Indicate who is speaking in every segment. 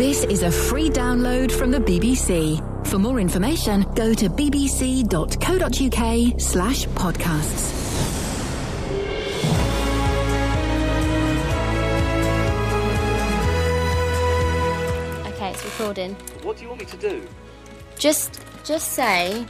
Speaker 1: This is a free download from the BBC. For more information, go to bbc.co.uk slash podcasts.
Speaker 2: Okay, it's recording.
Speaker 3: What do you want me to do?
Speaker 2: Just, just say,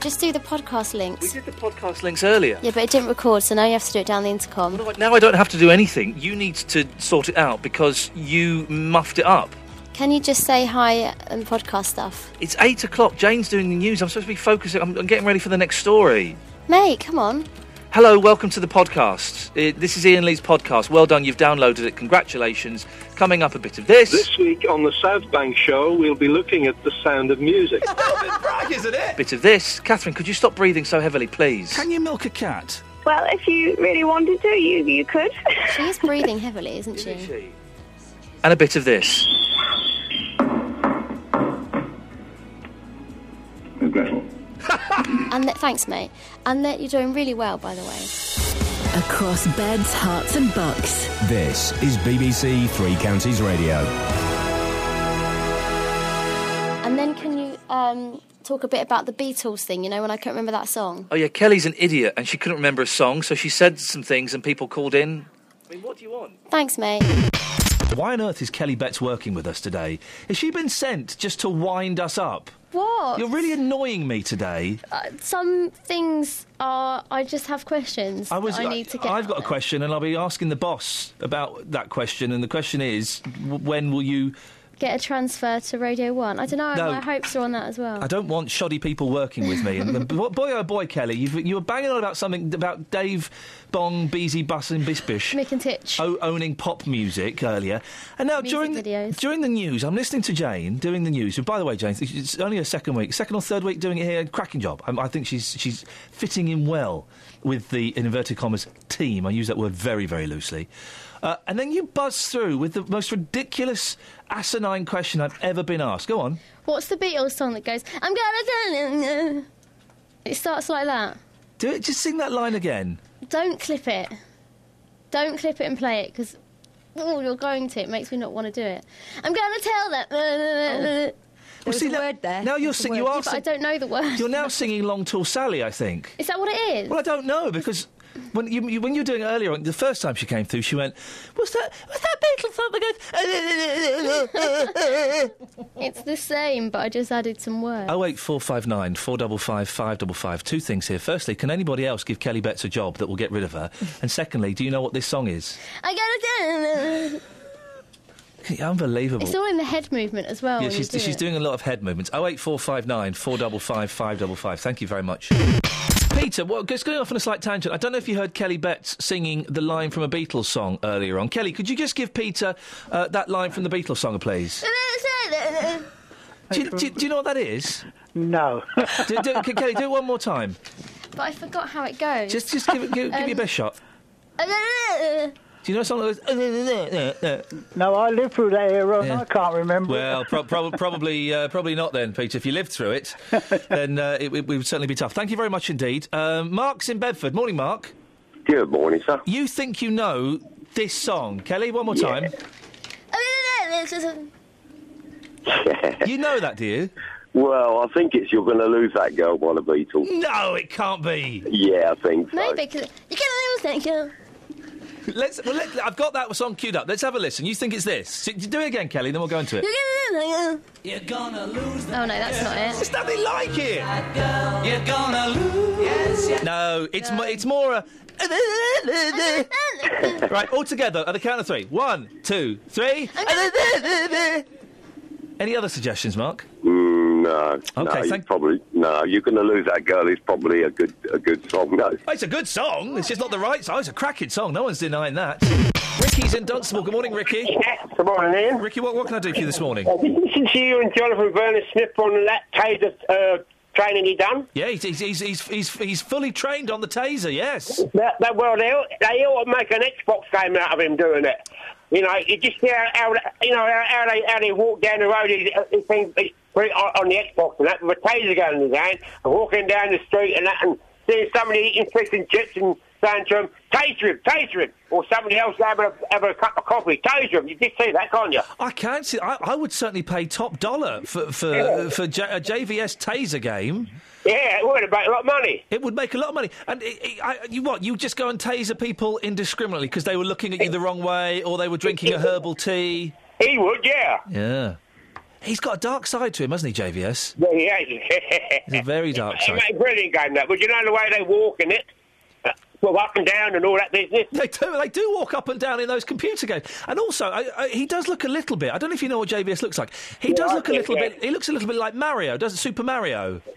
Speaker 2: just do the podcast
Speaker 3: We
Speaker 2: links.
Speaker 3: did the podcast links earlier.
Speaker 2: Yeah, but it didn't record, so now you have to do it down the intercom.
Speaker 3: Right, Now I don't have to do anything. You need to sort it out because you muffed it up.
Speaker 2: Can you just say hi and podcast stuff?
Speaker 3: It's eight o'clock. Jane's doing the news. I'm supposed to be focusing. I'm, I'm getting ready for the next story.
Speaker 2: Mate, come on.
Speaker 3: Hello, welcome to the podcast. Uh, this is Ian Lee's podcast. Well done, you've downloaded it. Congratulations. Coming up a bit of this.
Speaker 4: This week on the South Bank Show, we'll be looking at the sound of music.
Speaker 3: bit of this. Catherine, could you stop breathing so heavily, please?
Speaker 5: Can you milk a cat?
Speaker 6: Well, if you really wanted to, you you could.
Speaker 2: She is breathing heavily, isn't she?
Speaker 3: And a bit of this.
Speaker 2: And that, thanks, mate. And that you're doing really well, by the way.
Speaker 1: Across beds, hearts and bucks.
Speaker 7: This is BBC Three Counties Radio.
Speaker 2: And then can you um, talk a bit about the Beatles thing? You know, when I couldn't remember that song.
Speaker 3: Oh, yeah, Kelly's an idiot and she couldn't remember a song, so she said some things and people called in. I mean, what do you want?
Speaker 2: Thanks, mate.
Speaker 5: Why on earth is Kelly Betts working with us today? Has she been sent just to wind us up?
Speaker 2: What?
Speaker 5: You're really annoying me today.
Speaker 2: Uh, some things are. I just have questions.
Speaker 5: I was.
Speaker 2: that I need to get.
Speaker 5: I've got a question, and I'll be asking the boss about that question. And the question is, w- when will you?
Speaker 2: Get a transfer to Radio One. I don't know.
Speaker 5: No.
Speaker 2: My hopes are on that as well.
Speaker 5: I don't want shoddy people working with me. And the, boy, oh boy, Kelly, you've, you were banging on about something about Dave Bong, Beezy, Bus, and Bispish.
Speaker 2: Mick and Titch.
Speaker 5: o- owning pop music earlier. And now
Speaker 2: Music
Speaker 5: during the,
Speaker 2: videos.
Speaker 5: during the news, I'm listening to Jane doing the news. By the way, Jane, it's only her second week, second or third week doing it here. Cracking job. Um, I think she's she's fitting in well with the in inverted commas team. I use that word very very loosely. Uh, and then you buzz through with the most ridiculous, asinine question I've ever been asked. Go on.
Speaker 2: What's the Beatles song that goes? I'm gonna do it." It starts like that.
Speaker 5: Do it. Just sing that line again.
Speaker 2: Don't clip it. Don't clip it and play it because. Oh, you're going to. It makes me not want to do it. I'm going to tell them. There
Speaker 5: Well, see, now-
Speaker 2: Uh,
Speaker 5: Now you're singing. You are.
Speaker 2: but I
Speaker 5: sing-
Speaker 2: don't know the word.
Speaker 5: you're now singing "Long Tall Sally." I think.
Speaker 2: Is that what it is?
Speaker 5: Well, I don't know because when you, you when you were doing it earlier on, the first time she came through, she went, "Was that was that Beatles song that goes?"
Speaker 2: It's the same, but I just added some words.
Speaker 5: Oh eight four five nine four double five five double five. Two things here. Firstly, can anybody else give Kelly Betts a job that will get rid of her? And secondly, do you know what this song is?
Speaker 2: I gotta do it.
Speaker 5: Unbelievable.
Speaker 2: It's all in the head movement as Oh, well.
Speaker 5: yeah,
Speaker 2: when you
Speaker 5: she's,
Speaker 2: do
Speaker 5: she's
Speaker 2: it.
Speaker 5: doing a lot of head movements. Oh eight four five nine four double five five double five. Thank you very much. Peter, well, just going off on a slight tangent, I don't know if you heard Kelly Betts singing the line from a Beatles song earlier on. Kelly, could you just give Peter uh, that line from the Beatles song, please? Do you, do you- do you know what that is?
Speaker 8: No.
Speaker 5: Do, do, Ke- Kelly, do it one more time.
Speaker 2: But I forgot how it goes.
Speaker 5: Just, just give, it- give, give
Speaker 2: Um,
Speaker 5: your best shot. Do you know a song that goes?
Speaker 8: no, I lived through that era and
Speaker 5: Yeah.
Speaker 8: I can't remember.
Speaker 5: Well, prob prob probably uh, probably not then, Peter. If you lived through it, then uh, it, it would certainly be tough. Thank you very much indeed. Um, Mark's in Bedford. Morning, Mark.
Speaker 4: Good morning, sir.
Speaker 5: You think you know this song, Kelly? One more time. You know that, do you?
Speaker 4: Well, I think it's You're Gonna Lose That Girl by the Beatles.
Speaker 5: No, it can't be.
Speaker 4: Yeah, I think so.
Speaker 2: Maybe 'cause- you can't lose that girl.
Speaker 5: Let's. Well, let, I've got that song queued up. Let's have a listen. You think it's this? Do- Do it again, Kelly. Then we'll go into it.
Speaker 2: You can't lose that girl. Oh no, that's not it.
Speaker 5: It's nothing like it. You're gonna lose. No, it's mo- it's more a. Right, all together at the count of three. One, two, three. Any other suggestions, Mark?
Speaker 4: Mm, no.
Speaker 5: Okay,
Speaker 4: no, you
Speaker 5: thank-
Speaker 4: probably no. You're Gonna Lose That Girl is probably a good a good song. No.
Speaker 5: Oh, it's a good song. It's just not the right song. It's a cracking song. No one's denying that. Ricky's in Dunstable. Good morning, Ricky.
Speaker 9: Good morning, Ian.
Speaker 5: Ricky, what, what can I do for you this morning?
Speaker 9: Listen to you and Jonathan Bernard Smith on that trade of uh, training he done.
Speaker 5: Yeah, he's, he's, he's, he's, he's, he's fully trained on the taser, yes.
Speaker 9: That, that well, they ought, they ought to make an Xbox game out of him doing it. You know, you just see how, how you know how, how they how they walk down the road. He, he thinks he's pretty on on the Xbox and that with a taser gun in his hand, and walking down the street and that, and seeing somebody eating fish and chips and saying to him, taser him, taser him, or somebody else having a, having a cup of coffee, taser him. You just see that, can't you?
Speaker 5: I can see. I, I would certainly pay top dollar for for
Speaker 9: Yeah.
Speaker 5: for J, a JVS taser game.
Speaker 9: Yeah, it would make a lot of money.
Speaker 5: It would make a lot of money. And it, it, I, you what? You just go and taser people indiscriminately because they were looking at you the wrong way or they were drinking a herbal tea.
Speaker 9: He would, yeah.
Speaker 5: Yeah. He's got a dark side to him, hasn't he, JVS?
Speaker 9: Yeah, he has.
Speaker 5: He's a very dark
Speaker 9: It
Speaker 5: side.
Speaker 9: made a brilliant game that. But you know the way they walk in it, uh, well up and down and all that business.
Speaker 5: They do. They do walk up and down in those computer games. And also, I, I, he does look a little bit. I don't know if you know what JBS looks like. He
Speaker 9: Yeah,
Speaker 5: does
Speaker 9: I
Speaker 5: look a
Speaker 9: do,
Speaker 5: little
Speaker 9: yeah.
Speaker 5: bit. He looks a little bit like Mario, doesn't Super Mario?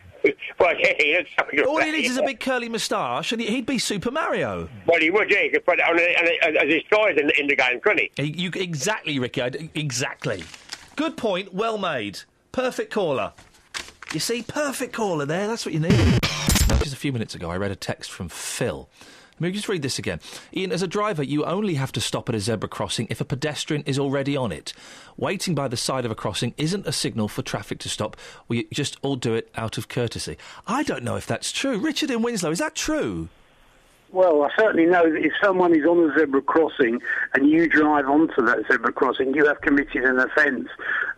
Speaker 9: Well, yeah, he looks something like
Speaker 5: All he
Speaker 9: that,
Speaker 5: needs is a
Speaker 9: yeah.
Speaker 5: big curly moustache, and he- he'd be Super Mario.
Speaker 9: Well, he would, yeah. He could put it on a, on a, a disguise in, in the game, couldn't he?
Speaker 5: He- Eh, you- exactly, Ricky. I d exactly. Good point. Well made. Perfect caller. You see, perfect caller there. That's what you need. Now, just a few minutes ago, I read a text from Phil. Let me just read this again. Ian, as a driver, you only have to stop at a zebra crossing if a pedestrian is already on it. Waiting by the side of a crossing isn't a signal for traffic to stop. We just all do it out of courtesy. I don't know if that's true. Richard in Winslow, is that true?
Speaker 10: Well, I certainly know that if someone is on a zebra crossing and you drive onto that zebra crossing, you have committed an offence.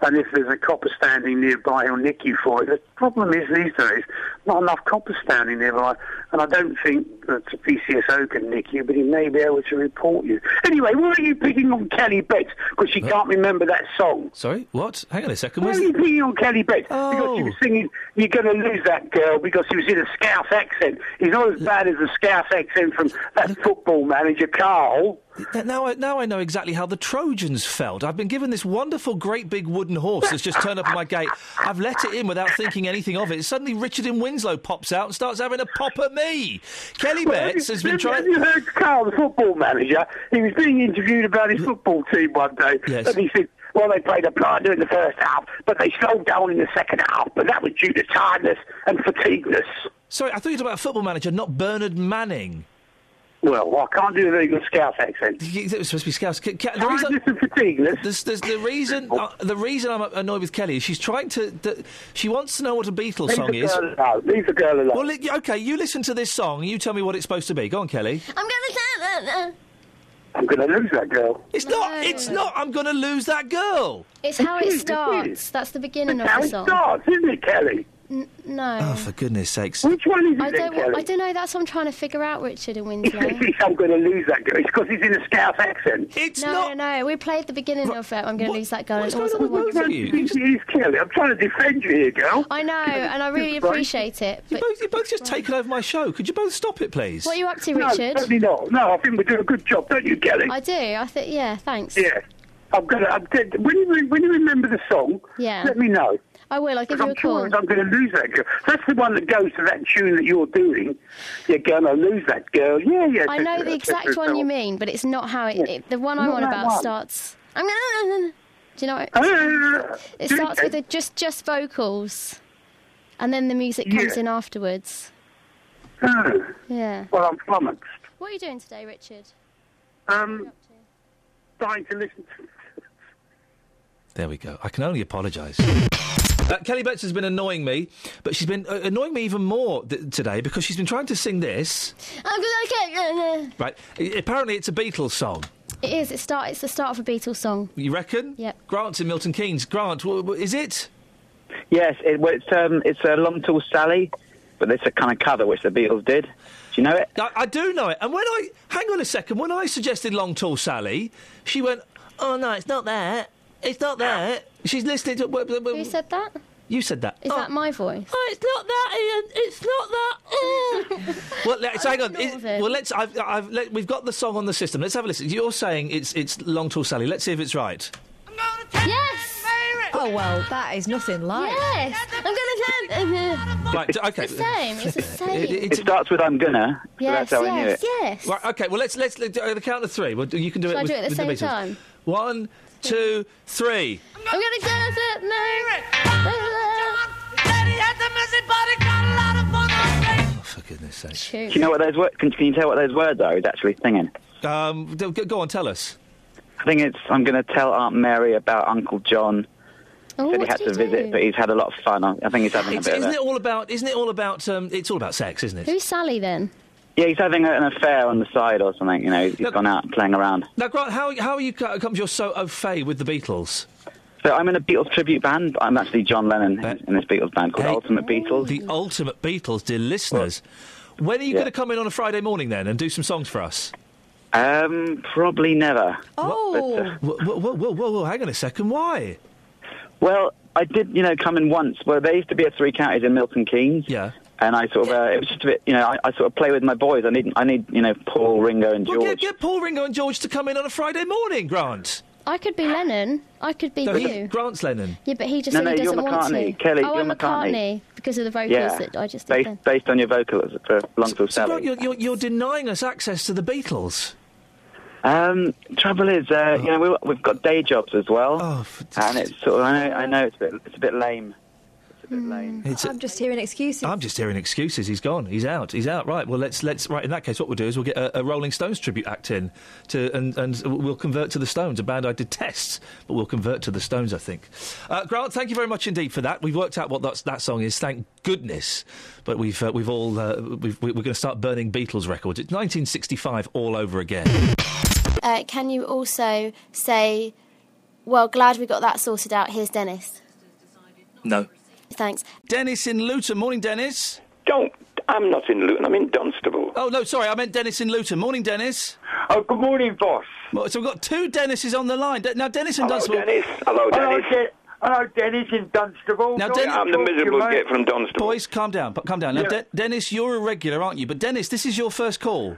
Speaker 10: And if there's a copper standing nearby, he'll nick you for it. The problem is these days, not enough coppers standing nearby. And I don't think that the PCSO can nick you, but he may be able to report you. Anyway, why are you picking on Kelly Betts? Because she can't remember that song.
Speaker 5: Sorry, what? Hang on a second.
Speaker 10: Why
Speaker 5: was-
Speaker 10: are you picking on Kelly Betts? Because she was singing, you're going to lose that girl because she was in a Scouse accent. He's not as bad as the Scouse accent from that football manager, Carl.
Speaker 5: Th- Now I, now I know exactly how the Trojans felt. I've been given this wonderful, great big wooden horse that's just turned up at my gate. I've let it in without thinking anything of it. Suddenly, Richard in Winslow pops out and starts having a pop at me. Kelly
Speaker 10: Well, have
Speaker 5: Betts
Speaker 10: you-
Speaker 5: has been
Speaker 10: have you-
Speaker 5: trying.
Speaker 10: Have you heard Carl, the football manager? He was being interviewed about his football team one day,
Speaker 5: Yes.
Speaker 10: and he said, "Well, they played a blinder in the first half, but they slowed down in the second half, but that was due to tiredness and fatigueness."
Speaker 5: Sorry, I thought you were talking about a football manager, not Bernard Manning.
Speaker 10: Well, I can't do a very good Scouse accent.
Speaker 5: It was supposed to be Scouse. Ca- ca- The
Speaker 10: Tiredness
Speaker 5: reason,
Speaker 10: and fatigueness.
Speaker 5: there's, there's the reason, uh, the reason I'm annoyed with Kelly is she's trying to. The, she wants to know what a Beatles
Speaker 10: Leave
Speaker 5: song
Speaker 10: the
Speaker 5: is.
Speaker 10: girl alone. Leave the girl alone.
Speaker 5: Well, li- okay, you listen to this song. You tell me what it's supposed to be. Go on, Kelly.
Speaker 2: I'm gonna tell them.
Speaker 10: I'm going to lose that girl.
Speaker 5: It's not. It's not. I'm going to lose that girl.
Speaker 2: It's how it starts. That's the beginning of
Speaker 10: How
Speaker 2: the
Speaker 10: it
Speaker 2: song.
Speaker 10: starts, isn't it, Kelly?
Speaker 2: N- no.
Speaker 5: Oh, for goodness sakes.
Speaker 10: Which one is it,
Speaker 2: I
Speaker 10: then,
Speaker 2: don't.
Speaker 10: Kelly?
Speaker 2: I don't know. That's what I'm trying to figure out, Richard and
Speaker 10: He
Speaker 2: Winslow.
Speaker 10: says I'm going to lose that girl. It's because he's in a Scouse accent.
Speaker 5: It's
Speaker 2: no,
Speaker 5: not.
Speaker 2: no, no. We played the beginning of it. I'm going to
Speaker 5: What-
Speaker 2: lose that girl.
Speaker 5: what's
Speaker 2: and it wasn't
Speaker 5: going on
Speaker 2: the
Speaker 5: with
Speaker 2: one-
Speaker 5: both of you?
Speaker 10: He
Speaker 5: You just-
Speaker 10: is Kelly. I'm trying to defend you here, girl.
Speaker 2: I know, and I really
Speaker 10: Right.
Speaker 2: appreciate it.
Speaker 5: You
Speaker 2: But
Speaker 5: both, you both just taken over my show. Could you both stop it, please?
Speaker 2: what are you up to,
Speaker 10: no,
Speaker 2: Richard?
Speaker 10: certainly not. No, I think we do a good job, don't you, Kelly?
Speaker 2: I do. I think. Yeah. Thanks.
Speaker 10: Yeah. I'm going to. I'm dead. When you re- when you remember the song,
Speaker 2: Yeah.
Speaker 10: let me know.
Speaker 2: I will. I'll give
Speaker 10: Because
Speaker 2: you a
Speaker 10: I'm
Speaker 2: call.
Speaker 10: sure I'm going to lose that girl. That's the one that goes to that tune that you're doing. You're going to lose that girl. Yeah, yeah.
Speaker 2: I know the exact one you mean, but it's not how it. it the one I'm
Speaker 10: Not
Speaker 2: on
Speaker 10: that
Speaker 2: about
Speaker 10: one.
Speaker 2: starts. I'm gonna. Do you know what?
Speaker 10: Uh,
Speaker 2: It starts with a, just just vocals, and then the music comes
Speaker 10: Yeah.
Speaker 2: in afterwards. Yeah.
Speaker 10: well, I'm flummoxed.
Speaker 2: What are you doing today, Richard?
Speaker 10: Um, dying to listen to.
Speaker 5: There we go. I can only apologise. Uh, Kelly Betts has been annoying me, but she's been uh, annoying me even more th- today because she's been trying to sing this.
Speaker 2: I'm gonna. Okay.
Speaker 5: Right. I- apparently, it's a Beatles song.
Speaker 2: It is. It start. It's the start of a Beatles song.
Speaker 5: You reckon?
Speaker 2: Yep.
Speaker 5: Grant's in Milton Keynes. Grant, wh- wh- is it?
Speaker 8: Yes, it, well, it's um, it's a Long Tall Sally, but it's a kind of cover which the Beatles did. Do you know it?
Speaker 5: I, I do know it. And when I hang on a second, when I suggested Long Tall Sally, she went, "Oh no, it's not that. It's not that." She's listening to. wh- wh- wh-
Speaker 2: Who said that?
Speaker 5: you said that.
Speaker 2: Is
Speaker 5: Um, Oh.
Speaker 2: that my voice?
Speaker 5: Oh, it's not that, Ian. It's not that. well, let's hang on.
Speaker 2: not
Speaker 5: It-
Speaker 2: of it.
Speaker 5: well, let's. I've, I've, let, we've got the song on the system. Let's have a listen. You're saying it's it's Long Tall Sally. Let's see if it's right.
Speaker 2: Yes.
Speaker 11: Oh, well, that is nothing like.
Speaker 2: Yes. I'm gonna.
Speaker 5: Right. d- Okay.
Speaker 2: It's the same. It's the same.
Speaker 5: It-
Speaker 8: It starts with "I'm gonna." so
Speaker 2: yes.
Speaker 8: that's how I knew
Speaker 2: yes.
Speaker 8: it.
Speaker 2: Yes.
Speaker 5: Right, okay. Well, let's let's let, uh, the count of three. Well, do- you can do
Speaker 2: Shall
Speaker 5: it.
Speaker 2: I
Speaker 5: with,
Speaker 2: do it at the
Speaker 5: with
Speaker 2: same
Speaker 5: Beatles.
Speaker 2: time?
Speaker 5: One, two, three.
Speaker 2: I'm gonna get it.
Speaker 5: Oh, for goodness' sake.
Speaker 8: Do you know what those words? Can, can you tell what those words are? He's actually singing.
Speaker 5: Um, d- go go on, tell us.
Speaker 8: I think it's "I'm gonna tell Aunt Mary about Uncle John."
Speaker 2: Oh,
Speaker 8: Said he
Speaker 2: what
Speaker 8: had
Speaker 2: did
Speaker 8: to
Speaker 2: he
Speaker 8: visit,
Speaker 2: do?
Speaker 8: but he's had a lot of fun. I I think he's having a
Speaker 5: It's,
Speaker 8: bit of
Speaker 5: isn't
Speaker 8: a
Speaker 5: it all about? Isn't it all about? Um, it's all about sex, isn't it?
Speaker 2: Who's Sally then?
Speaker 8: Yeah, he's having an affair on the side or something. You know, he's
Speaker 5: Look-
Speaker 8: gone out and playing around.
Speaker 5: Now, Grant, how how are you co- comes you're so au fait with the Beatles?
Speaker 8: So I'm in a Beatles tribute band. I'm actually John Lennon in this Beatles band called Ultimate Beatles.
Speaker 5: The Ultimate Beatles, dear listeners. When are you
Speaker 8: Yeah.
Speaker 5: going to come in on a Friday morning then and do some songs for us?
Speaker 8: Um, probably never.
Speaker 5: Oh. Whoa, whoa, whoa, whoa, whoa, hang on a second. Why?
Speaker 8: Well, I did, you know, come in once. Well, there used to be a three counties in Milton Keynes.
Speaker 5: Yeah.
Speaker 8: And I sort of, uh, it was just a bit, you know, I, I sort of play with my boys. I need, I need, you know, Paul, Ringo, and George.
Speaker 5: Well, get, get Paul Ringo and George to come in on a Friday morning, Grant.
Speaker 2: I could be Lennon. I could be
Speaker 5: No,
Speaker 2: you.
Speaker 5: he- Grant's Lennon.
Speaker 2: Yeah, but he just
Speaker 8: No,
Speaker 2: said
Speaker 8: no,
Speaker 2: he
Speaker 8: you're
Speaker 2: doesn't want to.
Speaker 8: McCartney. Kelly,
Speaker 2: oh,
Speaker 8: you're
Speaker 2: I'm
Speaker 8: McCartney.
Speaker 2: because of the vocals
Speaker 8: yeah.
Speaker 2: that I just did.
Speaker 8: based,
Speaker 2: then.
Speaker 8: based on your vocals for Long Tall
Speaker 5: Grant,
Speaker 8: Sally.
Speaker 5: you're, you're, you're denying us access to the Beatles.
Speaker 8: Um, trouble is, uh, you know, we, we've got day jobs as well,
Speaker 5: Oh,
Speaker 8: and it's sort of, I know, I know, it's a bit, it's a bit lame.
Speaker 2: Mm.
Speaker 5: It's a-
Speaker 11: I'm just hearing excuses.
Speaker 5: I'm just hearing excuses. He's gone. He's out. He's out. Right. Well, let's let's right. In that case, what we'll do is we'll get a, a Rolling Stones tribute act in to and and we'll convert to the Stones, a band I detest, but we'll convert to the Stones. I think. Uh, Grant, thank you very much indeed for that. We've worked out what that's, that song is. Thank goodness. But we've uh, we've all uh, we've, we're going to start burning Beatles records. It's 1965 all over again.
Speaker 2: Uh, can you also say, well, glad we got that sorted out. Here's Dennis.
Speaker 12: No.
Speaker 2: Thanks.
Speaker 5: Dennis in Luton. Morning, Dennis.
Speaker 13: Don't. I'm not in Luton. I'm in Dunstable.
Speaker 5: Oh no, sorry. I meant Dennis in Luton. Morning, Dennis.
Speaker 13: Oh, good morning, boss.
Speaker 5: So we've got two Dennises on the line. De- now, Dennis in
Speaker 13: Hello,
Speaker 5: Dunstable.
Speaker 13: Dennis. Hello, Dennis.
Speaker 5: Hello, Dennis in Dunstable. Now,
Speaker 13: Sorry,
Speaker 5: Dennis,
Speaker 13: I'm the miserable git from Dunstable.
Speaker 5: Boys, calm down. p- Calm down. Now, De- Dennis, you're a regular, aren't you? But Dennis, this is your first call.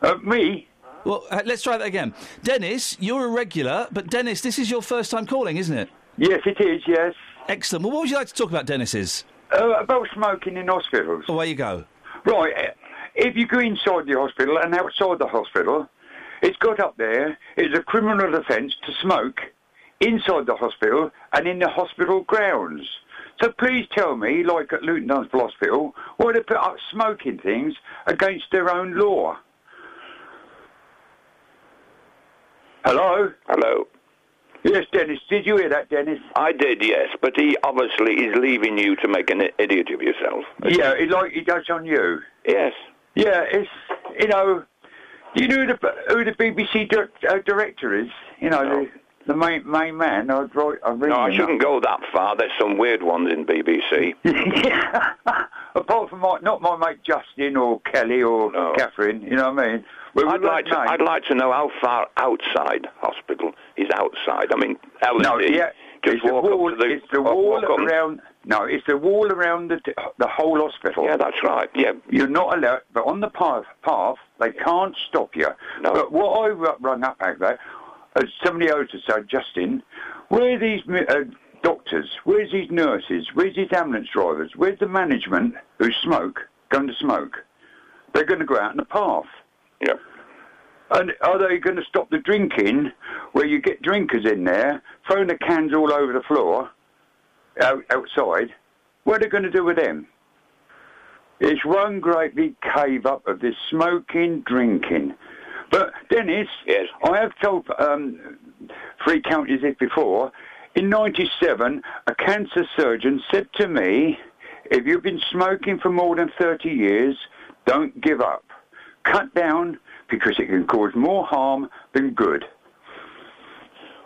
Speaker 5: Uh, me. Well, uh, let's try that again. Dennis, you're a regular, but Dennis, this is your first time calling, isn't it? Yes, it is. Yes. Excellent. Well, what would you like to talk about, Dennis's?
Speaker 13: Uh, about smoking in hospitals.
Speaker 5: away you go.
Speaker 13: Right. eh, If you go inside the hospital and outside the hospital, it's got up there. It's a criminal offence to smoke inside the hospital and in the hospital grounds. So please tell me, like at Luton Dunstable Hospital, why they put up smoking things against their own law. Hello?
Speaker 7: Hello.
Speaker 13: Yes, Dennis. Did you hear that, Dennis?
Speaker 7: I did, yes, but he obviously is leaving you to make an i- idiot of yourself.
Speaker 13: Yeah, it, like he does on you.
Speaker 7: Yes.
Speaker 13: Yeah, it's you know, do you know who the, who the BBC dir- uh, director is? You know, the, the main main man. I'd write. I'd read
Speaker 7: No,
Speaker 13: him
Speaker 7: I
Speaker 13: up.
Speaker 7: shouldn't go that far. There's some weird ones in BBC.
Speaker 13: Apart from my, not my mate Justin or Kelly or Catherine. You know what I mean? Well,
Speaker 7: I'd like to. I'd like to know how far outside hospital is outside. I mean, how
Speaker 13: No,
Speaker 7: is it?
Speaker 13: yeah,
Speaker 7: Just walk
Speaker 13: wall-
Speaker 7: up to the,
Speaker 13: it's the
Speaker 7: walk-
Speaker 13: wall
Speaker 7: walk up and-
Speaker 13: around. No, it's the wall around the the whole hospital.
Speaker 7: Yeah, that's right. Yeah,
Speaker 13: You're not allowed, but on the path, path they can't stop you. But what I ru- rung up out there, as somebody else has said, Justin, where are these mi- uh, doctors? Where's these nurses? Where's these ambulance drivers? Where's the management who smoke, going to smoke? They're going to go out on the path.
Speaker 7: Yeah.
Speaker 13: And are they going to stop the drinking where you get drinkers in there, throwing the cans all over the floor out, outside? What are they going to do with them? It's one great big cave up of this smoking, drinking. But Dennis, yes. I have told um, three counties this before. In '97, a cancer surgeon said to me, "If you've been smoking for more than 30 years, don't give up. Cut down because it can cause more harm than good."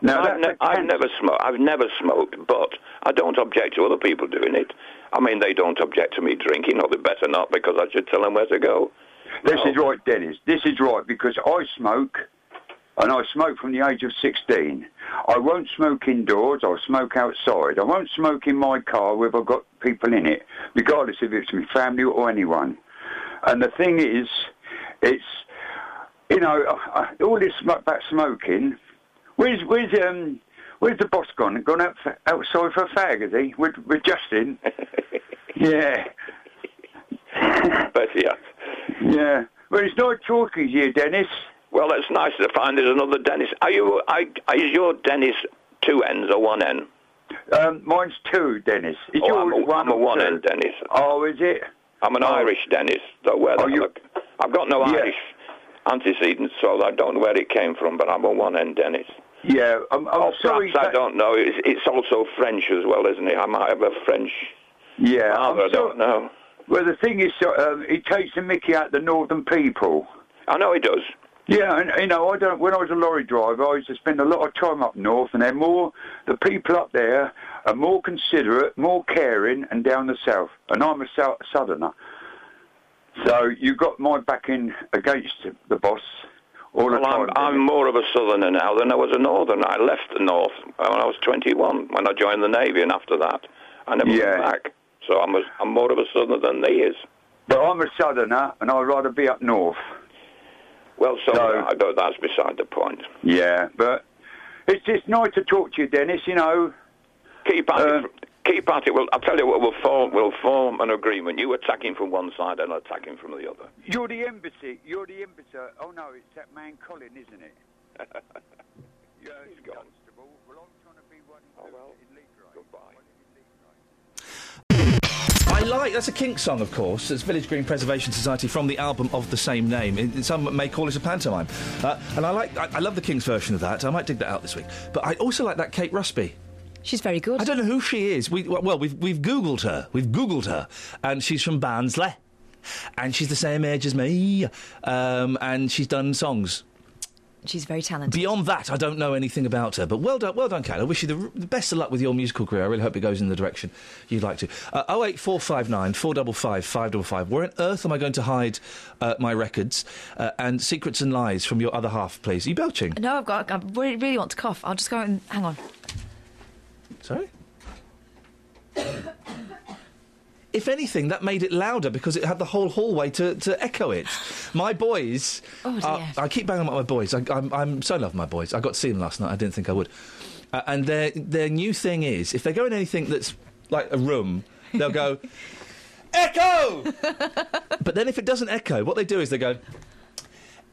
Speaker 13: Now
Speaker 7: I've, ne-
Speaker 13: that's a
Speaker 7: I've
Speaker 13: cancer-
Speaker 7: never smoked. I've never smoked, but I don't object to other people doing it. I mean, they don't object to me drinking, or they better not, because I should tell them where to go.
Speaker 13: This is right, Dennis. This is right because I smoke, and I smoke from the age of 16. I won't smoke indoors. I smoke outside. I won't smoke in my car with I've got people in it, regardless if it's my family or anyone. And the thing is, it's you know I- I- all this sm- about smoking. Where's where's um where's the boss gone? Gone out for, outside for a fag, is he? With with Justin? yeah.
Speaker 7: But yeah.
Speaker 13: Yeah. Well, it's not talking to you, Dennis.
Speaker 7: Well, that's nice to find there's another Dennis. Are you? I, is your Dennis two N's or one N?
Speaker 13: Um, mine's two, Dennis. Is
Speaker 7: oh,
Speaker 13: yours
Speaker 7: I'm a,
Speaker 13: one
Speaker 7: I'm a
Speaker 13: or
Speaker 7: one
Speaker 13: two?
Speaker 7: N Dennis.
Speaker 13: Oh, is it?
Speaker 7: I'm an Irish Dennis. So where the hell- I've got no Irish antecedents, so I don't know where it came from, but I'm a one N Dennis.
Speaker 13: Yeah, I'm, I'm
Speaker 7: Or
Speaker 13: sorry.
Speaker 7: perhaps I don't know. It's, it's also French as well, isn't it? I might have a French
Speaker 13: Yeah,
Speaker 7: father. I don't know.
Speaker 13: Well, the thing is, so, um, he takes the mickey out the northern people.
Speaker 7: I know he does.
Speaker 13: Yeah, and you know, I don't. When I was a lorry driver, I used to spend a lot of time up north, and they're more the people up there are more considerate, more caring, and down the south. And I'm a sou- southerner, so you got my backing against the boss all the
Speaker 7: Well,
Speaker 13: time.
Speaker 7: I'm, I'm more of a southerner now than I was a northerner. I left the north when I was 21 when I joined the navy, and after that, I never went back. So I'm, a, I'm more of a southerner than he is.
Speaker 13: But I'm a southerner, and I'd rather be up north.
Speaker 7: Well, so I don't, that's beside the point.
Speaker 13: Yeah, but it's just nice to talk to you, Dennis. You know, Uh,
Speaker 7: keep at it. Keep at it. Well, I'll tell you what. We'll form. We'll form an agreement. You attack him from one side, and I attack him from the other.
Speaker 13: You're the embassy. You're the embassy. Oh no, it's that man Colin, isn't it? yeah, he's gone. Well, I'm trying to be one. Oh well. Goodbye.
Speaker 5: I like that's a kink song, of course. It's Village Green Preservation Society from the album of the same name. It- Some may call it a pantomime, uh, and I like I, I love the Kings version of that. I might dig that out this week. But I also like that Kate Rusby.
Speaker 11: She's very good.
Speaker 5: I don't know who she is. We, well, we've we've googled her. We've googled her, and she's from Barnsley, and she's the same age as me, um, and she's done songs.
Speaker 11: She's very talented.
Speaker 5: Beyond that, I don't know anything about her. But well done, well done, Kate. I wish you the, r- the best of luck with your musical career. I really hope it goes in the direction you'd like to. Uh, 08459 455 555. Where on earth am I going to hide uh, my records uh, and secrets and lies from your other half, please? Are you belching?
Speaker 11: No, I've got. I really, really want to cough. I'll just go and hang on.
Speaker 5: Sorry? if anything, that made it louder because it had the whole hallway to, to echo it. My boys.
Speaker 11: Oh, dear.
Speaker 5: are- I keep banging on about my boys. I, I'm, I'm so love my boys. I got to see them last night. I didn't think I would. Uh, and their, their new thing is if they go in anything that's like a room, they'll go, Echo! but then if it doesn't echo, what they do is they go,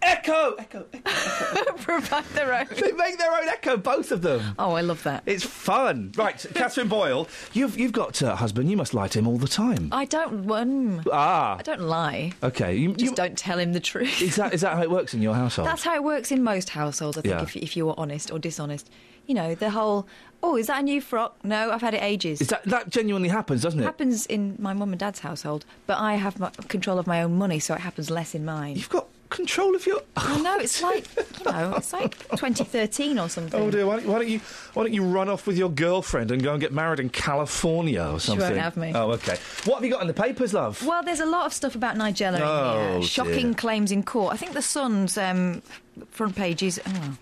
Speaker 5: Echo! Echo!
Speaker 11: echo. Provide their own.
Speaker 5: They make their own echo, both of them.
Speaker 11: Oh, I love that.
Speaker 5: It's fun. Right, Catherine Boyle, you've, you've got a husband. You must lie to him all the time.
Speaker 11: I don't. Um,
Speaker 5: Ah.
Speaker 11: I don't lie.
Speaker 5: Okay. You,
Speaker 11: Just don't tell him the truth.
Speaker 5: is, that, is that how it works in your household?
Speaker 11: That's how it works in most households, I think,
Speaker 5: Yeah.
Speaker 11: if, if you are honest or dishonest. You know, the whole, oh, is that a new frock? No, I've had it ages.
Speaker 5: Is that, that genuinely happens, doesn't
Speaker 11: It
Speaker 5: it?
Speaker 11: happens in my mum and dad's household, but I have my, control of my own money, so it happens less in mine. You've
Speaker 5: got control of your.
Speaker 11: I know it's like you know, it's like 2013 or something.
Speaker 5: Oh dear! Why don't, why don't you why don't you run off with your girlfriend and go and get married in California or
Speaker 11: She won't
Speaker 5: something?
Speaker 11: have me.
Speaker 5: Oh, okay. What have you got in the papers, love?
Speaker 11: Well, there's a lot of stuff about Nigella in
Speaker 5: Oh,
Speaker 11: here.
Speaker 5: dear.
Speaker 11: Shocking claims in court. I think the Sun's um, front page is. Oh.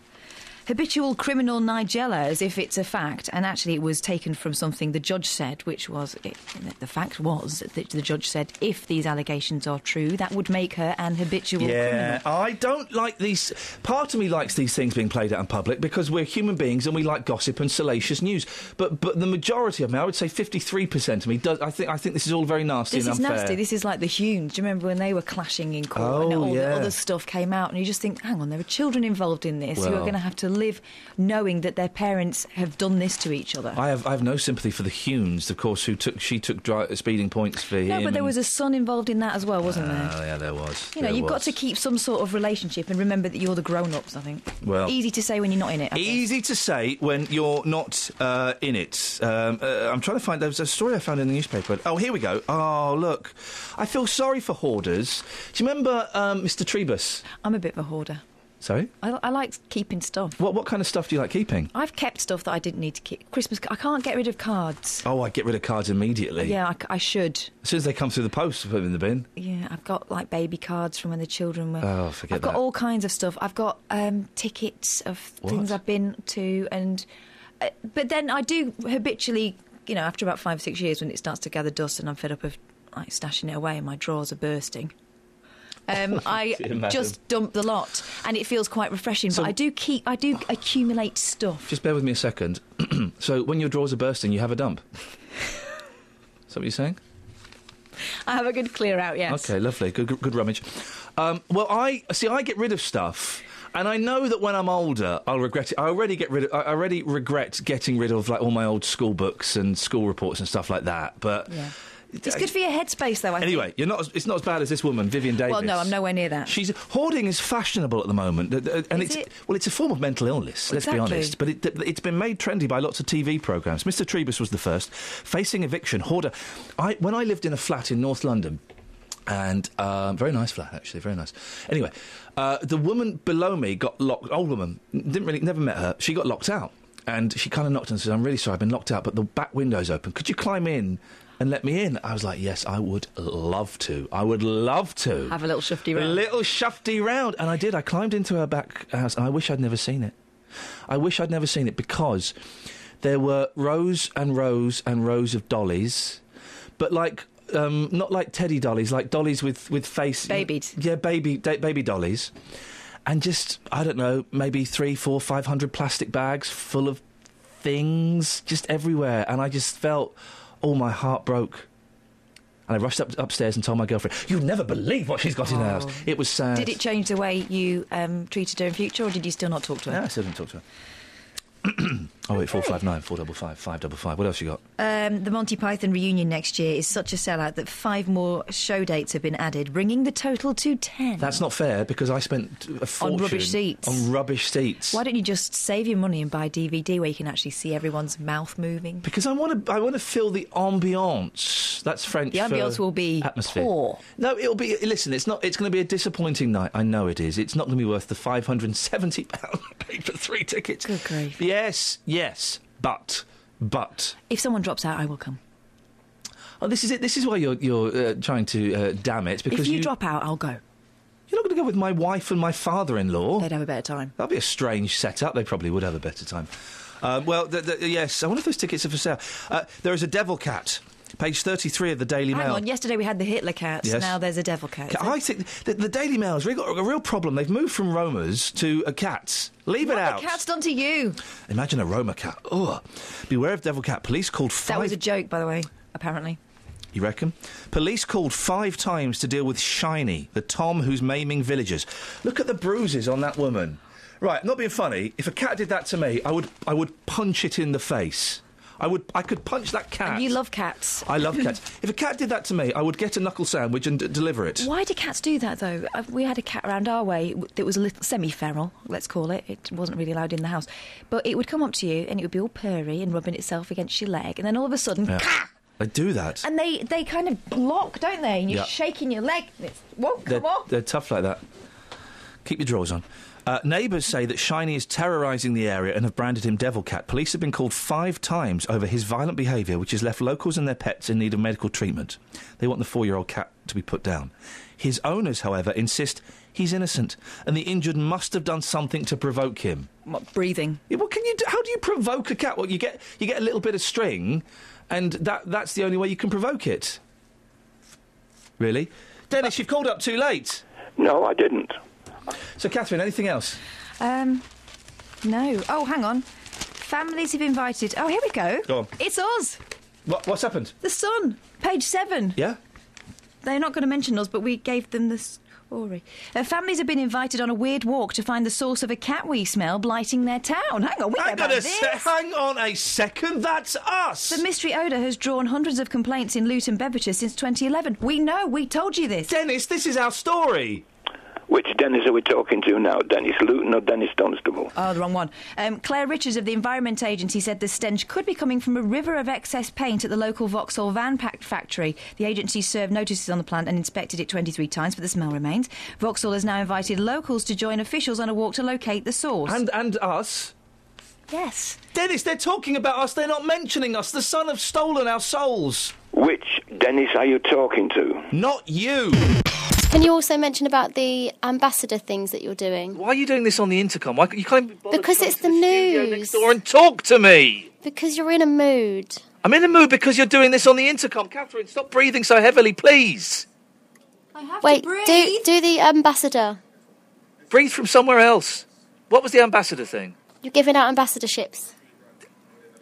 Speaker 11: Habitual criminal Nigella, as if it's a fact, and actually it was taken from something the judge said, which was it, the fact was that the judge said if these allegations are true, that would make her an habitual criminal.
Speaker 5: Yeah, I don't like these. Part of me likes these things being played out in public because we're human beings and we like gossip and salacious news. But but the majority of me, I would say fifty three percent of me, does. I think I think this is all very nasty
Speaker 11: This
Speaker 5: and
Speaker 11: is
Speaker 5: unfair.
Speaker 11: nasty. This is like the Humes. Do you remember when they were clashing in court and
Speaker 5: Oh,
Speaker 11: all the
Speaker 5: yeah.
Speaker 11: other stuff came out? And you just think, hang on, there are children involved in this who are
Speaker 5: Well.
Speaker 11: going to have to live knowing that their parents have done this to each other.
Speaker 5: I have I have no sympathy for the Humes, of course, who took she took dri- speeding points for him.
Speaker 11: No, but there was a son involved in that as well, wasn't there?
Speaker 5: Oh yeah, there was.
Speaker 11: You know,
Speaker 5: There
Speaker 11: you've got
Speaker 5: was.
Speaker 11: to keep some sort of relationship and remember that you're the grown-ups. I think.
Speaker 5: Well- E
Speaker 11: easy to say when you're not in it. I think.
Speaker 5: Easy to say when you're not uh, in it. Um, uh, I'm trying to find. There was a story I found in the newspaper. Oh, here we go. Oh, look. I feel sorry for hoarders. Do you remember um, Mr. Trebus?
Speaker 11: I'm a bit of a hoarder.
Speaker 5: Sorry?
Speaker 11: I, I like keeping stuff.
Speaker 5: What, what kind of stuff do you like keeping?
Speaker 11: I've kept stuff that I didn't need to keep. Christmas. I can't get rid of cards.
Speaker 5: Oh, I get rid of cards immediately.
Speaker 11: Yeah, I c- I, should.
Speaker 5: As soon as they come through the post, I put them in the bin.
Speaker 11: Yeah, I've got like baby cards from when the children were.
Speaker 5: Oh, forget
Speaker 11: I've got
Speaker 5: that.
Speaker 11: all kinds of stuff. I've got um, tickets of things I've been to, and uh, but then I do habitually, you know, after about five six years, when it starts to gather dust and I'm fed up of like stashing it away and my drawers are bursting. Um, I
Speaker 5: dear madam.
Speaker 11: just dump the lot, and it feels quite refreshing.
Speaker 5: So-
Speaker 11: but I do keep, I do accumulate stuff.
Speaker 5: Just bear with me a second. so, when your drawers are bursting, you have a dump. Is that what you're saying?
Speaker 11: I have a good clear out. Yes.
Speaker 5: Okay, lovely. Good, good, good rummage. Um, well, I see. I get rid of stuff, and I know that when I'm older, I'll regret it. I already get rid. Of, I already regret getting rid of like all my old school books and school reports and stuff like that. But uh,
Speaker 11: It's good for your headspace, though. I think.
Speaker 5: Anyway, you're not. as- It's not as bad as this woman, Vivian Davis.
Speaker 11: Well, no, I'm nowhere near that.
Speaker 5: She's hoarding is fashionable at the moment, th- th- and
Speaker 11: Is
Speaker 5: it's
Speaker 11: it?
Speaker 5: well, it's a form of mental illness. Let's be
Speaker 11: Exactly.
Speaker 5: honest. But it, th- it's been made trendy by lots of TV programs. Mr. Priebus was the first. Facing eviction, hoarder. I when I lived in a flat in North London. And um, very nice flat, actually, very nice. Anyway, uh, the woman below me got locked. Old woman, didn't really, never met her. She got locked out, and she kind of knocked and said, "I'm really sorry, I've been locked out, but the back window's open. Could you climb in and let me in?" I was like, "Yes, I would love to. I would love to."
Speaker 11: Have a little shifty round.
Speaker 5: A little shafty round. And I did. I climbed into her back house, and I wish I'd never seen it. I wish I'd never seen it because there were rows and rows and rows of dollies, but like. Um, not like teddy dollies, like dollies with, with face. Babied. Yeah, baby da- baby dollies. And just, I don't know, maybe three, four, five hundred plastic bags full of things just everywhere. And I just felt, oh, my heart broke. And I rushed up upstairs and told my girlfriend, "You'd never believe what she's got in her house." It was sad.
Speaker 11: Did it change the way you um, treated her in future, or did you still not talk to her?
Speaker 5: Yeah, I still didn't talk to her. oh wait, four five nine, four double five, five double five. What else you got?
Speaker 11: Um, the Monty Python reunion next year is such a sellout that five more show dates have been added, bringing the total to ten.
Speaker 5: That's not fair because I spent a fortune
Speaker 11: rubbish seats.
Speaker 5: On rubbish seats.
Speaker 11: Why don't you just save your money and buy DVD where you can actually see everyone's mouth moving?
Speaker 5: Because I want to, I want to feel the ambiance. That's French.
Speaker 11: The ambiance
Speaker 5: for
Speaker 11: will be
Speaker 5: atmosphere.
Speaker 11: poor.
Speaker 5: No, it'll be. Listen, it's not. It's going to be a disappointing night. I know it is. It's not going to be worth the five hundred and seventy pound paid for three tickets. Good grief. Yes, yes, but, but.
Speaker 11: If someone drops out, I will come.
Speaker 5: Oh, this is it. This is why you're you're uh, trying to uh, damn it because
Speaker 11: if you, drop out, I'll go.
Speaker 5: You're not going to go with my wife and my father-in-law. They'd
Speaker 11: have a better time.
Speaker 5: That'd be a strange setup. They probably would have a better time. Um, well, th- th- yes. I wonder if those tickets are for sale. Uh, there is a devil cat. Page thirty-three of the Daily
Speaker 11: Hang
Speaker 5: Mail.
Speaker 11: on. Yesterday we had the Hitler cats.
Speaker 5: Yes.
Speaker 11: Now there's a devil cat.
Speaker 5: Ca- I think the, the Daily Mail's really got a real problem. They've moved from Roma's to a cat's. Leave it out.
Speaker 11: The cat's done to you.
Speaker 5: Imagine a Roma cat. Ugh. Beware of devil cat. Police called five.
Speaker 11: That was a joke, by the way. Apparently.
Speaker 5: You reckon? Police called five times to deal with Shiny, the Tom who's maiming villagers. Look at the bruises on that woman. Right, not being funny. If a cat did that to me, I would, I would punch it in the face. I would, I could punch that cat.
Speaker 11: You love cats.
Speaker 5: I love cats. If a cat did that to me, I would get a knuckle sandwich and d- deliver it.
Speaker 11: Why do cats do that though? Uh, We had a cat around our way w- that was a little semi-feral, let's call it. It wasn't really allowed in the house, but it would come up to you and it would be all purry and rubbing itself against your leg, and then all of a sudden,
Speaker 5: Yeah.
Speaker 11: "Caw!"
Speaker 5: They do that.
Speaker 11: and they they kind of block, don't they? And you're
Speaker 5: Yeah.
Speaker 11: shaking your leg. And it's, Whoa, come
Speaker 5: They're,
Speaker 11: on!
Speaker 5: they're tough like that. Keep your drawers on. Uh, neighbours say that Shiny is terrorising the area and have branded him Devil Cat. Police have been called five times over his violent behaviour, which has left locals and their pets in need of medical treatment. They want the four year old cat to be put down. His owners, however, insist he's innocent and the injured must have done something to provoke him.
Speaker 11: What, breathing.
Speaker 5: Yeah, What can you do? How do you provoke a cat? Well, you get you get a little bit of string, and that that's the only way you can provoke it. Really, Dennis, you've called up too late.
Speaker 7: No, Oh, I didn't.
Speaker 5: So, Catherine, anything else?
Speaker 11: Um, no. Oh, hang on. Families have invited. Oh, here we go.
Speaker 5: Go on.
Speaker 11: It's us.
Speaker 5: What, what's happened?
Speaker 11: The Sun, page seven.
Speaker 5: Yeah.
Speaker 11: They're not going to mention us, but we gave them the story. Uh, families have been invited on a weird walk to find the source of a cat wee smell blighting their town. Hang on, we know
Speaker 5: Hang
Speaker 11: about
Speaker 5: on, a
Speaker 11: this.
Speaker 5: se- hang on a second. That's us.
Speaker 11: The mystery odour has drawn hundreds of complaints in Luton, Bedfordshire since 2011. We know, we told you this.
Speaker 5: Dennis, this is our story.
Speaker 7: Which Dennis are we talking to now? Dennis Luton or Dennis Dunstable?
Speaker 11: Oh, the wrong one. Um, Claire Richards of the Environment Agency said the stench could be coming from a river of excess paint at the local Vauxhall van pack factory. The agency served notices on the plant and inspected it 23 times, but the smell remains. Vauxhall has now invited locals to join officials on a walk to locate the source.
Speaker 5: And and us.
Speaker 11: Yes.
Speaker 5: Dennis, they're talking about us. They're not mentioning us. The sun have stolen our souls.
Speaker 7: Which Dennis are you talking to?
Speaker 5: Not you.
Speaker 2: Can you also mention about the ambassador things that you're doing?
Speaker 14: Why are you doing this on the intercom? Why, c- you can't even bother
Speaker 2: Because
Speaker 14: to come
Speaker 2: it's
Speaker 14: to
Speaker 2: the
Speaker 14: the
Speaker 2: news.
Speaker 14: door and talk to me.
Speaker 2: Because you're in a mood.
Speaker 14: I'm in the mood because you're doing this on the intercom. Catherine, stop breathing so heavily, please.
Speaker 2: Wait, do do the ambassador.
Speaker 14: Breathe from somewhere else. What was the ambassador thing?
Speaker 2: You're giving out ambassadorships.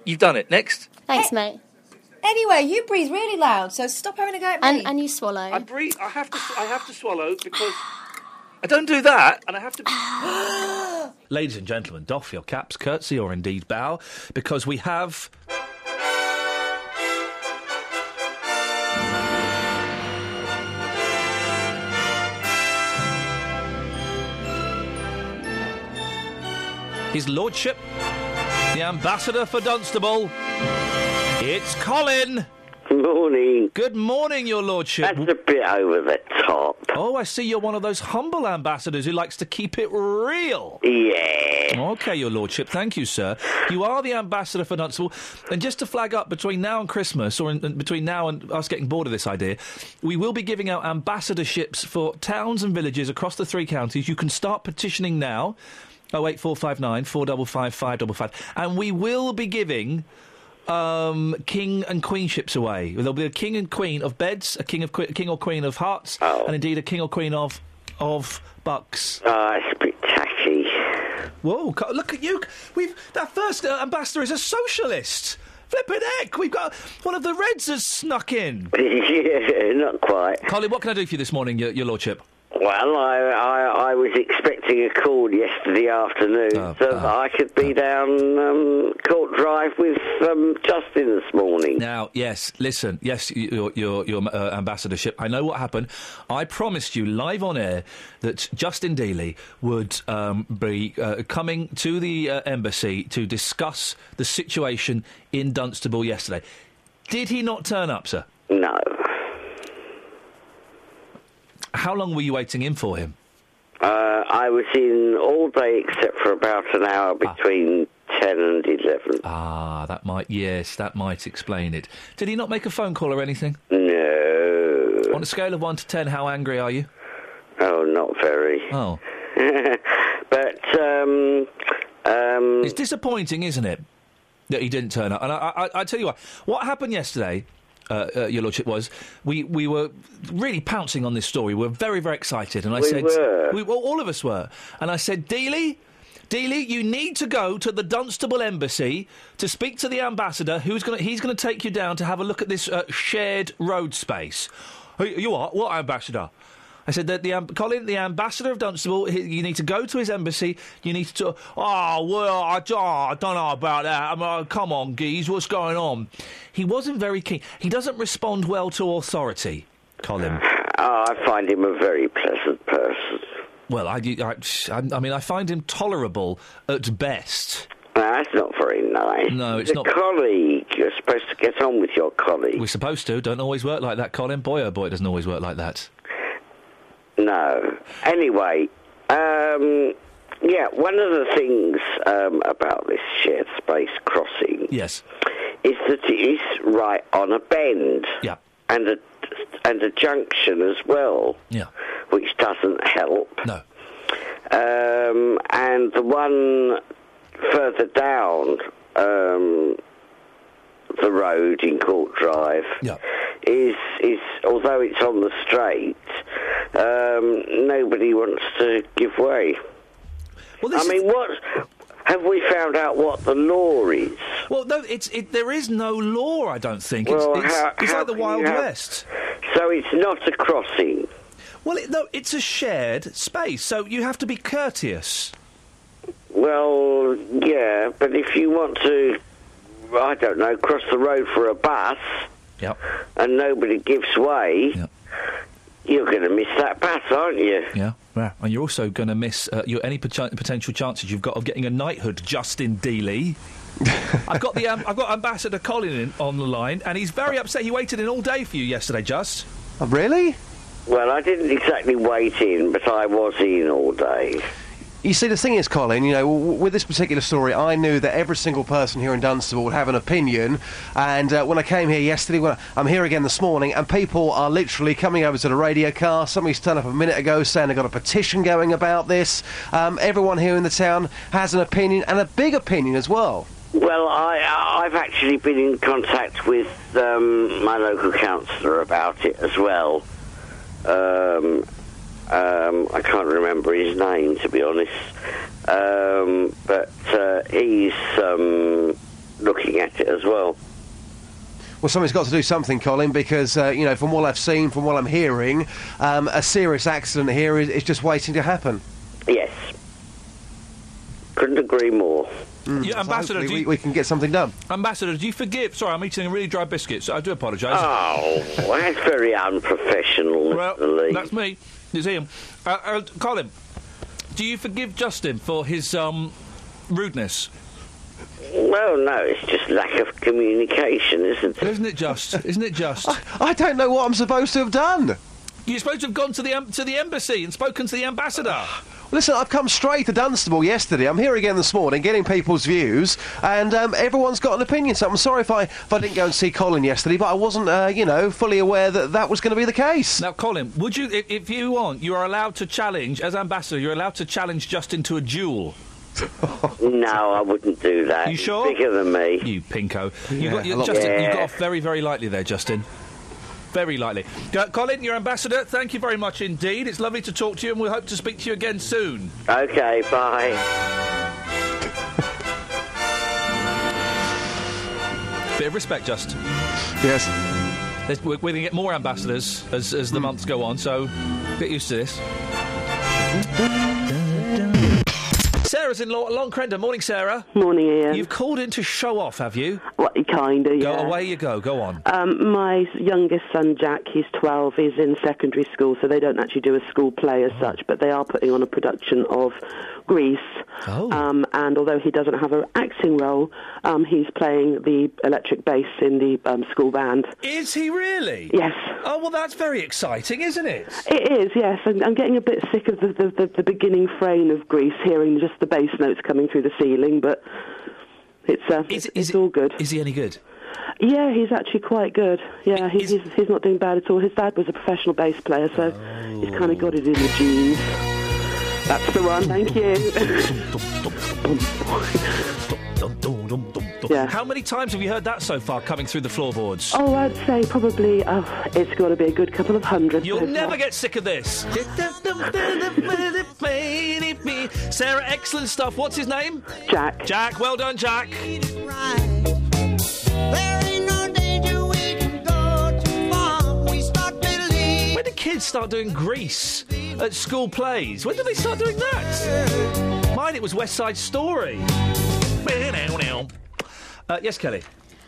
Speaker 14: You've done it. Next.
Speaker 2: Thanks, mate.
Speaker 11: Anyway, you breathe really loud, so stop having a go at me.
Speaker 2: And, and you swallow. I
Speaker 14: breathe. I have to. I have to swallow because I don't do that, and I have to.
Speaker 5: Ladies and gentlemen, doff your caps, curtsy, or indeed bow, because we have. His Lordship, the Ambassador for Dunstable. It's Colin.
Speaker 15: Morning.
Speaker 5: Good morning, Your Lordship. That's
Speaker 15: a bit over the top.
Speaker 5: Oh, I see you're one of those humble ambassadors who likes to keep it real.
Speaker 15: Yeah.
Speaker 5: Okay, Your Lordship. Thank you, sir. You are the ambassador for Dunstable. And just to flag up, between now and Christmas, or in, in- between now and us getting bored of this idea, we will be giving out ambassadorships for towns and villages across the three counties. You can start petitioning now. 08459 455 555. And we will be giving um, king and queenships away. There'll be a king and queen of beds, a king of que- king or queen of hearts,
Speaker 15: Oh.
Speaker 5: and indeed a king or queen of of bucks.
Speaker 15: Ah, it's a bit tacky.
Speaker 5: Whoa! co- Look at you. We've that first uh, ambassador is a socialist. Flippin' heck! We've got one of the Reds has snuck in.
Speaker 15: yeah, not quite.
Speaker 5: Colin, what can I do for you this morning, Your, your Lordship?
Speaker 15: Well, I, I, I was expecting a call yesterday afternoon,
Speaker 5: Oh,
Speaker 15: so I could be down um, Court Drive with um, Justin this morning.
Speaker 5: Now, yes, listen, yes, y- your your your uh, ambassadorship. I know what happened. I promised you live on air that Justin Dealey would um, be uh, coming to the uh, embassy to discuss the situation in Dunstable yesterday. Did he not turn up, sir?
Speaker 15: No.
Speaker 5: How long were you waiting in for him?
Speaker 15: Uh, I was in all day except for about an hour between 10 and 11.
Speaker 5: Ah, that might yes, that might explain it. Did he not make a phone call or anything?
Speaker 15: No.
Speaker 5: On a scale of one to ten, how angry are you?
Speaker 15: Oh, not very.
Speaker 5: Oh.
Speaker 15: but um, um,
Speaker 5: it's disappointing, isn't it, that he didn't turn up? And I, I, I tell you what, what happened yesterday. Uh, uh, your lordship was we, we were really pouncing on this story. We were very very excited, and I
Speaker 16: We
Speaker 5: said
Speaker 16: were.
Speaker 5: we well, all of us were, and I said, Dealey, Dealey, you need to go to the Dunstable Embassy to speak to the ambassador, who's going he's going to take you down to have a look at this uh, shared road space. Who, you are what ambassador? I said that the um, Colin, the ambassador of Dunstable, he, you need to go to his embassy. You need to. Oh well, I, don't- I don't know about that. I mean, oh, come on, geez, what's going on? He wasn't very keen. He doesn't respond well to authority, Colin.
Speaker 15: oh, I find him a very pleasant person.
Speaker 5: Well, I, I, I mean, I find him tolerable at best.
Speaker 15: That's not very nice.
Speaker 5: No, it's
Speaker 15: He's a
Speaker 5: not.
Speaker 15: colleague. You're supposed to get on with your colleague.
Speaker 5: We're supposed to. Don't always work like that, Colin. Boy, oh boy, it doesn't always work like that.
Speaker 15: No. Anyway, um, yeah, one of the things um, about this shared space crossing
Speaker 5: yes.
Speaker 15: is that it is right on a bend.
Speaker 5: Yeah.
Speaker 15: And a, and a junction as well.
Speaker 5: Yeah.
Speaker 15: Which doesn't help.
Speaker 5: No.
Speaker 15: Um, and the one further down um, the road in Court Drive is is although it's on the straight, um, nobody wants to give way. I mean, what have we found out what the law is?
Speaker 5: Well, no, it's it, there is no law. I don't think.
Speaker 15: Well,
Speaker 5: it's it's,
Speaker 15: how-
Speaker 5: it's
Speaker 15: how
Speaker 5: like the
Speaker 15: can you
Speaker 5: Wild
Speaker 15: have-
Speaker 5: West.
Speaker 15: So it's not a crossing.
Speaker 5: Well, it, no, it's a shared space, so you have to be courteous.
Speaker 15: Well, yeah, but if you want to, I don't know, cross the road for a bus,
Speaker 5: Yep.
Speaker 15: and nobody gives way, you're going to miss that bus, aren't you?
Speaker 5: Yeah. And you're also going to miss uh, your any poten- potential chances you've got of getting a knighthood, Justin Dealey. I've got the um, I've got Ambassador Colin in, on the line, and he's very upset. He waited in all day for you yesterday, Just.
Speaker 15: really? Well, I didn't exactly wait in, but I was in all day.
Speaker 16: You see, the thing is, Colin, you know, w- with this particular story, I knew that every single person here in Dunstable would have an opinion. And uh, when I came here yesterday, when I, I'm here again this morning, and people are literally coming over to the radio car. Somebody's turned up a minute ago saying they've got a petition going about this. Um, everyone here in the town has an opinion, and a big opinion as well.
Speaker 15: Well, I, I- I've actually been in contact with um, my local councillor about it as well. Um, um, I can't remember his name, to be honest. Um, but uh, he's um, looking at it as well.
Speaker 16: Well, somebody's got to do something, Colin, because, uh, you know, from what I've seen, from what I'm hearing, um, a serious accident here is, is just waiting to happen.
Speaker 15: Yes. Couldn't agree more.
Speaker 16: Mm.
Speaker 5: Yeah,
Speaker 16: So
Speaker 5: Ambassador,
Speaker 16: hopefully
Speaker 5: do
Speaker 16: we-
Speaker 5: you-
Speaker 16: we can get something done.
Speaker 5: Ambassador, do you forgive? Sorry, I'm eating a really dry biscuit, so I do apologise.
Speaker 15: Oh, that's very unprofessional, Mr. Lee.
Speaker 5: That's me. It's him. Uh, uh, Colin, do you forgive Justin for his um, rudeness?
Speaker 15: Well, no, it's just lack of communication, isn't it?
Speaker 5: Isn't it just? Isn't it just?
Speaker 16: I don't know what I'm supposed to have done.
Speaker 5: You're supposed to have gone to the em- to the embassy and spoken to the ambassador.
Speaker 16: Listen, I've come straight to Dunstable yesterday. I'm here again this morning, getting people's views, and um, everyone's got an opinion. So I'm sorry if I if I didn't go and see Colin yesterday, but I wasn't, uh, you know, fully aware that that was going to be the case.
Speaker 5: Now, Colin, would you, if, if you want, you are allowed to challenge as ambassador. You're allowed to challenge Justin to a duel.
Speaker 15: no, I wouldn't do that.
Speaker 5: You
Speaker 15: He's
Speaker 5: sure?
Speaker 15: bigger than me.
Speaker 5: You pinko. You got,
Speaker 15: Yeah,
Speaker 5: you,
Speaker 15: look-
Speaker 5: Justin, you
Speaker 15: Yeah.
Speaker 5: got off very, very lightly there, Justin. Very lightly. Uh, Colin, your ambassador, thank you very much indeed. It's lovely to talk to you, and we hope to speak to you again soon.
Speaker 15: Okay, bye.
Speaker 5: Bit of respect, Just.
Speaker 16: Yes.
Speaker 5: There's- We're, we're going to get more ambassadors as, as the months go on, so get used to this. Sarah's in Long, Long Crendon. Morning, Sarah.
Speaker 17: Morning, Ian.
Speaker 5: You've called in to show off, have you?
Speaker 17: What kind of?
Speaker 5: Go away, you go. Go on.
Speaker 17: Um, my youngest son Jack, he's 12, he's in secondary school, so they don't actually do a school play as such, but they are putting on a production of Grease.
Speaker 5: Oh.
Speaker 17: Um, and although he doesn't have an acting role, um, he's playing the electric bass in the um, school band.
Speaker 5: Is he really?
Speaker 17: Yes.
Speaker 5: Oh well, that's very exciting, isn't it?
Speaker 17: It is, yes. I'm, I'm getting a bit sick of the, the, the, the beginning frame of Grease, hearing just the bass notes coming through the ceiling, but it's, uh, it's, it's all good.
Speaker 5: Is he any good?
Speaker 17: Yeah, he's actually quite good. Yeah, he, he's, he's not doing bad at all. His dad was a professional bass player, so he's kind
Speaker 5: Oh.
Speaker 17: of got it in the genes. That's the one, thank you. yeah.
Speaker 5: How many times have you heard that so far coming through the floorboards?
Speaker 17: Oh, I'd say probably, oh, it's got to be a good couple of hundred.
Speaker 5: You'll
Speaker 17: so
Speaker 5: never
Speaker 17: far.
Speaker 5: get sick of this. Sarah, excellent stuff. What's his name?
Speaker 17: Jack.
Speaker 5: Jack, well done, Jack. When do kids start doing Grease at school plays? When do they start doing that? Mine, it was West Side Story. Uh, yes, Kelly.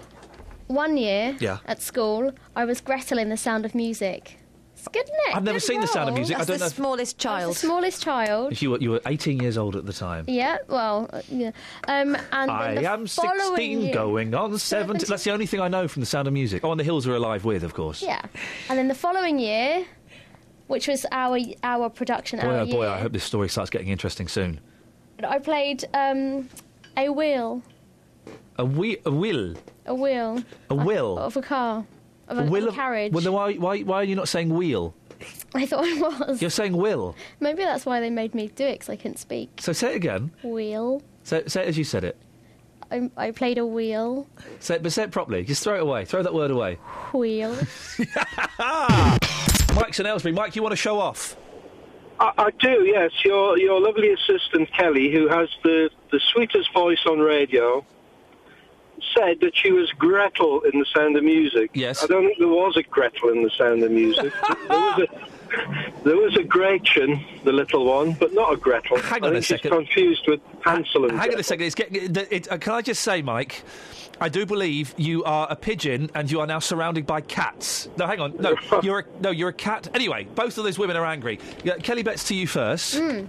Speaker 2: One year
Speaker 5: Yeah.
Speaker 2: at school, I was Gretel in The Sound of Music. It's good, isn't it?
Speaker 5: I've never
Speaker 2: Good
Speaker 5: seen The Sound of
Speaker 2: role.
Speaker 5: Music. I That's don't the know if-
Speaker 2: smallest child. the smallest child.
Speaker 5: If you were you were 18 years old at the time.
Speaker 2: Yeah, well, uh, yeah. Um, and
Speaker 5: I
Speaker 2: then the
Speaker 5: am
Speaker 2: following
Speaker 5: 16,
Speaker 2: year-
Speaker 5: going on 17. That's the only thing I know from The Sound of Music. Oh, and The Hills Are Alive With, of course.
Speaker 2: Yeah, and then the following year, which was our our production,
Speaker 5: Boy,
Speaker 2: our
Speaker 5: oh boy,
Speaker 2: year,
Speaker 5: I hope this story starts getting interesting soon.
Speaker 2: I played um, a wheel,
Speaker 5: A, we- a will.
Speaker 2: a wheel
Speaker 5: A will.
Speaker 2: of a car, of a,
Speaker 5: will
Speaker 2: of a carriage.
Speaker 5: Well, then why, why, why are you not saying wheel?
Speaker 2: I thought I was.
Speaker 5: You're saying will.
Speaker 2: Maybe that's why they made me do it because I couldn't speak.
Speaker 5: So say it again.
Speaker 2: Wheel.
Speaker 5: Say, say it as you said it.
Speaker 2: I, I played a wheel.
Speaker 5: Say, it- but say it properly. Just throw it away. Throw that word away.
Speaker 2: Wheel.
Speaker 5: Mike's in Aylesbury. Mike, you want to show off?
Speaker 3: I, I do, yes. Your your lovely assistant Kelly, who has the, the sweetest voice on radio, said that she was Gretel in The Sound of Music.
Speaker 5: Yes.
Speaker 3: I don't think there was a Gretel in The Sound of Music. there was a there was a Gretchen, the little one, but not a Gretel.
Speaker 5: Hang
Speaker 3: I
Speaker 5: on
Speaker 3: think
Speaker 5: a
Speaker 3: she's
Speaker 5: second.
Speaker 3: confused with Hansel and
Speaker 5: Hang on
Speaker 3: Gretel.
Speaker 5: a second. It's getting. It, it, uh, can I just say, Mike? I do believe you are a pigeon, and you are now surrounded by cats. No, hang on. No, you're a, no, you're a cat. Anyway, both of those women are angry. Yeah, Kelly bets to you first.
Speaker 2: Mm.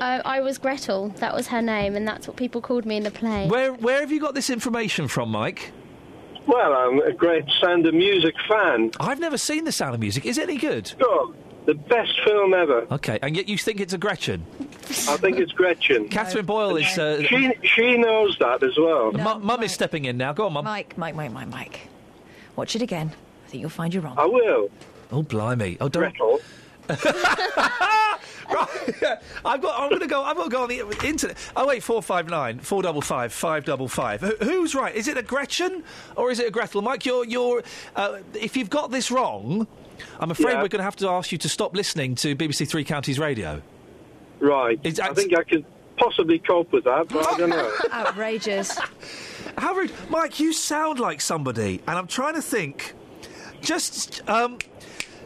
Speaker 2: I, I was Gretel. That was her name, and that's what people called me in the play.
Speaker 5: Where where have you got this information from, Mike?
Speaker 3: Well, I'm a great Sound of Music fan.
Speaker 5: I've never seen The Sound of Music. Is it any good?
Speaker 3: Sure. The best film ever.
Speaker 5: Okay, and yet you think it's a Gretchen.
Speaker 3: I think it's Gretchen.
Speaker 5: Catherine Boyle is. Uh,
Speaker 3: She, she knows that as well.
Speaker 5: Mu- Mum is stepping in now. Go on, Mum.
Speaker 11: Mike, Mike, Mike, Mike, Mike. Watch it again. I think you'll find you're wrong.
Speaker 3: I will.
Speaker 5: Oh blimey! Oh don't. right, I've got. I'm going to go. I've got to go on the internet. Oh wait, four five nine four double five five double five. Who, who's right? Is it a Gretchen or is it a Gretel? Mike, you're you're. Uh, if you've got this wrong, I'm afraid
Speaker 3: Yeah.
Speaker 5: we're going to have to ask you to stop listening to BBC Three Counties Radio.
Speaker 3: Right. I think I could possibly cope with that, but I don't know.
Speaker 11: Outrageous.
Speaker 5: How rude, Mike! You sound like somebody, and I'm trying to think. Just, um,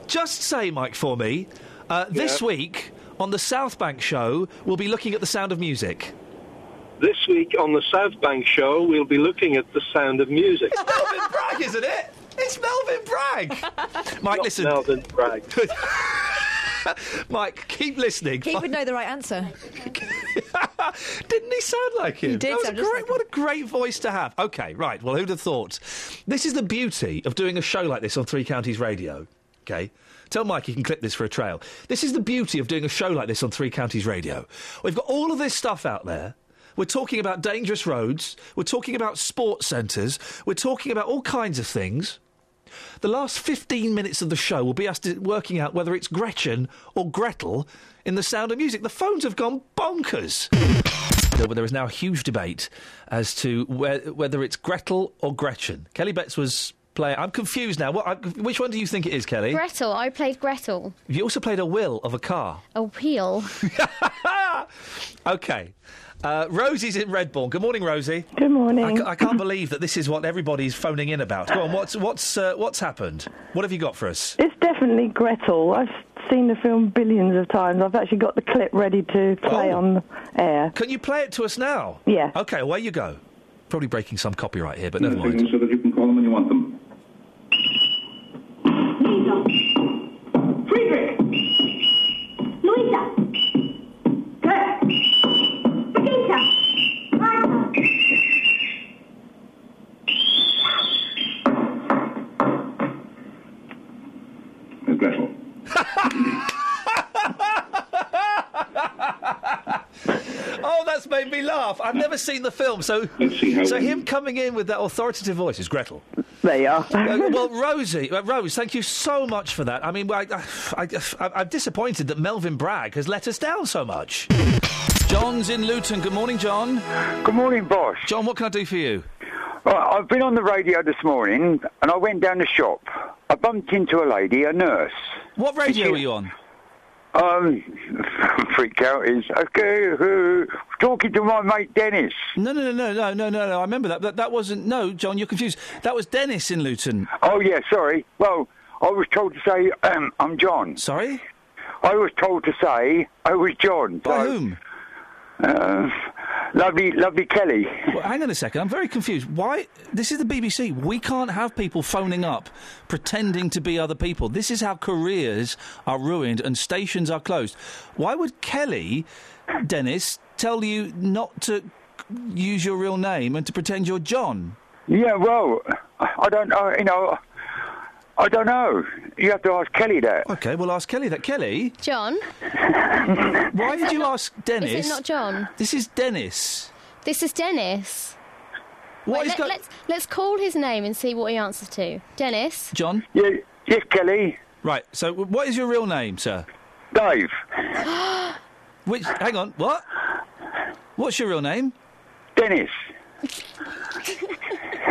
Speaker 5: just say, Mike, for me. Uh, This
Speaker 3: Yeah.
Speaker 5: week on the South Bank show, we'll be looking at the Sound of Music.
Speaker 3: This week on the South Bank Show, we'll be looking at the sound of music.
Speaker 5: Melvin Bragg, isn't it? It's Melvin Bragg. Mike, listen.
Speaker 3: Melvin Bragg.
Speaker 5: Mike, keep listening.
Speaker 11: He would know the right answer.
Speaker 18: Didn't he sound like him?
Speaker 5: You did
Speaker 18: That was
Speaker 5: sound
Speaker 18: a
Speaker 5: just
Speaker 18: great, what a great voice to have. Okay, right. Well, who'd have thought? This is the beauty of doing a show like this on Three Counties Radio. Okay. Tell Mike he can clip this for a trail. This is the beauty of doing a show like this on Three Counties Radio. We've got all of this stuff out there. We're talking about dangerous roads. We're talking about sports centres. We're talking about all kinds of things. The last 15 minutes of the show will be us d- working out whether it's Gretchen or Gretel in The Sound of Music. The phones have gone bonkers. No, But there is now a huge debate as to whe- whether it's Gretel or Gretchen. Kelly Betts was player. I'm confused now. What, I, which one do you think it is, Kelly?
Speaker 2: Gretel. I played Gretel.
Speaker 5: you also played a will of a car.
Speaker 2: A wheel.
Speaker 5: Okay. Uh, Rosie's in Redbourne. Good morning, Rosie.
Speaker 17: Good morning.
Speaker 5: I, ca- I can't believe that this is what everybody's phoning in about. Go on, what's what's uh, what's happened? What have you got for us?
Speaker 17: It's definitely Gretel. I've seen the film billions of times. I've actually got the clip ready to play
Speaker 5: Oh.
Speaker 17: on air.
Speaker 5: Can you play it to us now?
Speaker 17: Yeah.
Speaker 5: Okay, away you go. Probably breaking some copyright here, but never mind.
Speaker 13: so that you can call them when you want them.
Speaker 19: Friedrich! Luisa! Kurt! Brigitte! Martha!
Speaker 13: Miss Gretel.
Speaker 5: Oh, that's made me laugh. I've never seen the film, so so him coming in with that authoritative voice is Gretel.
Speaker 17: There you are.
Speaker 5: Uh, well, Rosie, uh, Rose, thank you so much for that. I mean, I, I, I, I'm disappointed that Melvin Bragg has let us down so much. John's in Luton. Good morning, John.
Speaker 13: Good morning, Bosh.
Speaker 5: John, what can I do for you?
Speaker 13: Right, I've been on the radio this morning, and I went down the shop. I bumped into a lady, a nurse.
Speaker 5: What radio were you on?
Speaker 13: Um, freak out is okay. Uh, talking to my mate Dennis.
Speaker 5: No, no, no, no, no, no, no, no. I remember that. That, that wasn't. No, John, you're confused. That was Dennis in Luton.
Speaker 13: Oh yeah, sorry. Well, I was told to say um, I'm John.
Speaker 5: Sorry.
Speaker 13: I was told to say I was John. By
Speaker 5: whom?
Speaker 13: Um, lovely, lovely Kelly.
Speaker 5: Well, hang on a second. I'm very confused. Why? This is the BBC. We can't have people phoning up pretending to be other people. This is how careers are ruined and stations are closed. Why would Kelly, Dennis, tell you not to use your real name and to pretend you're John?
Speaker 13: Yeah, well, I don't know. You know, I don't know. You have to ask Kelly that.
Speaker 5: Okay, we'll ask Kelly that. Kelly,
Speaker 2: John.
Speaker 5: why did you ask Dennis?
Speaker 2: Is it not John?
Speaker 5: This is Dennis.
Speaker 2: This is Dennis.
Speaker 5: What
Speaker 2: Wait,
Speaker 5: is
Speaker 2: let,
Speaker 5: go-
Speaker 2: let's let's call his name and see what he answers to. Dennis.
Speaker 5: John?
Speaker 13: Yeah, yes, Kelly.
Speaker 5: Right, so w- what is your real name, sir?
Speaker 13: Dave.
Speaker 5: Which, hang on, what? What's your real name?
Speaker 13: Dennis.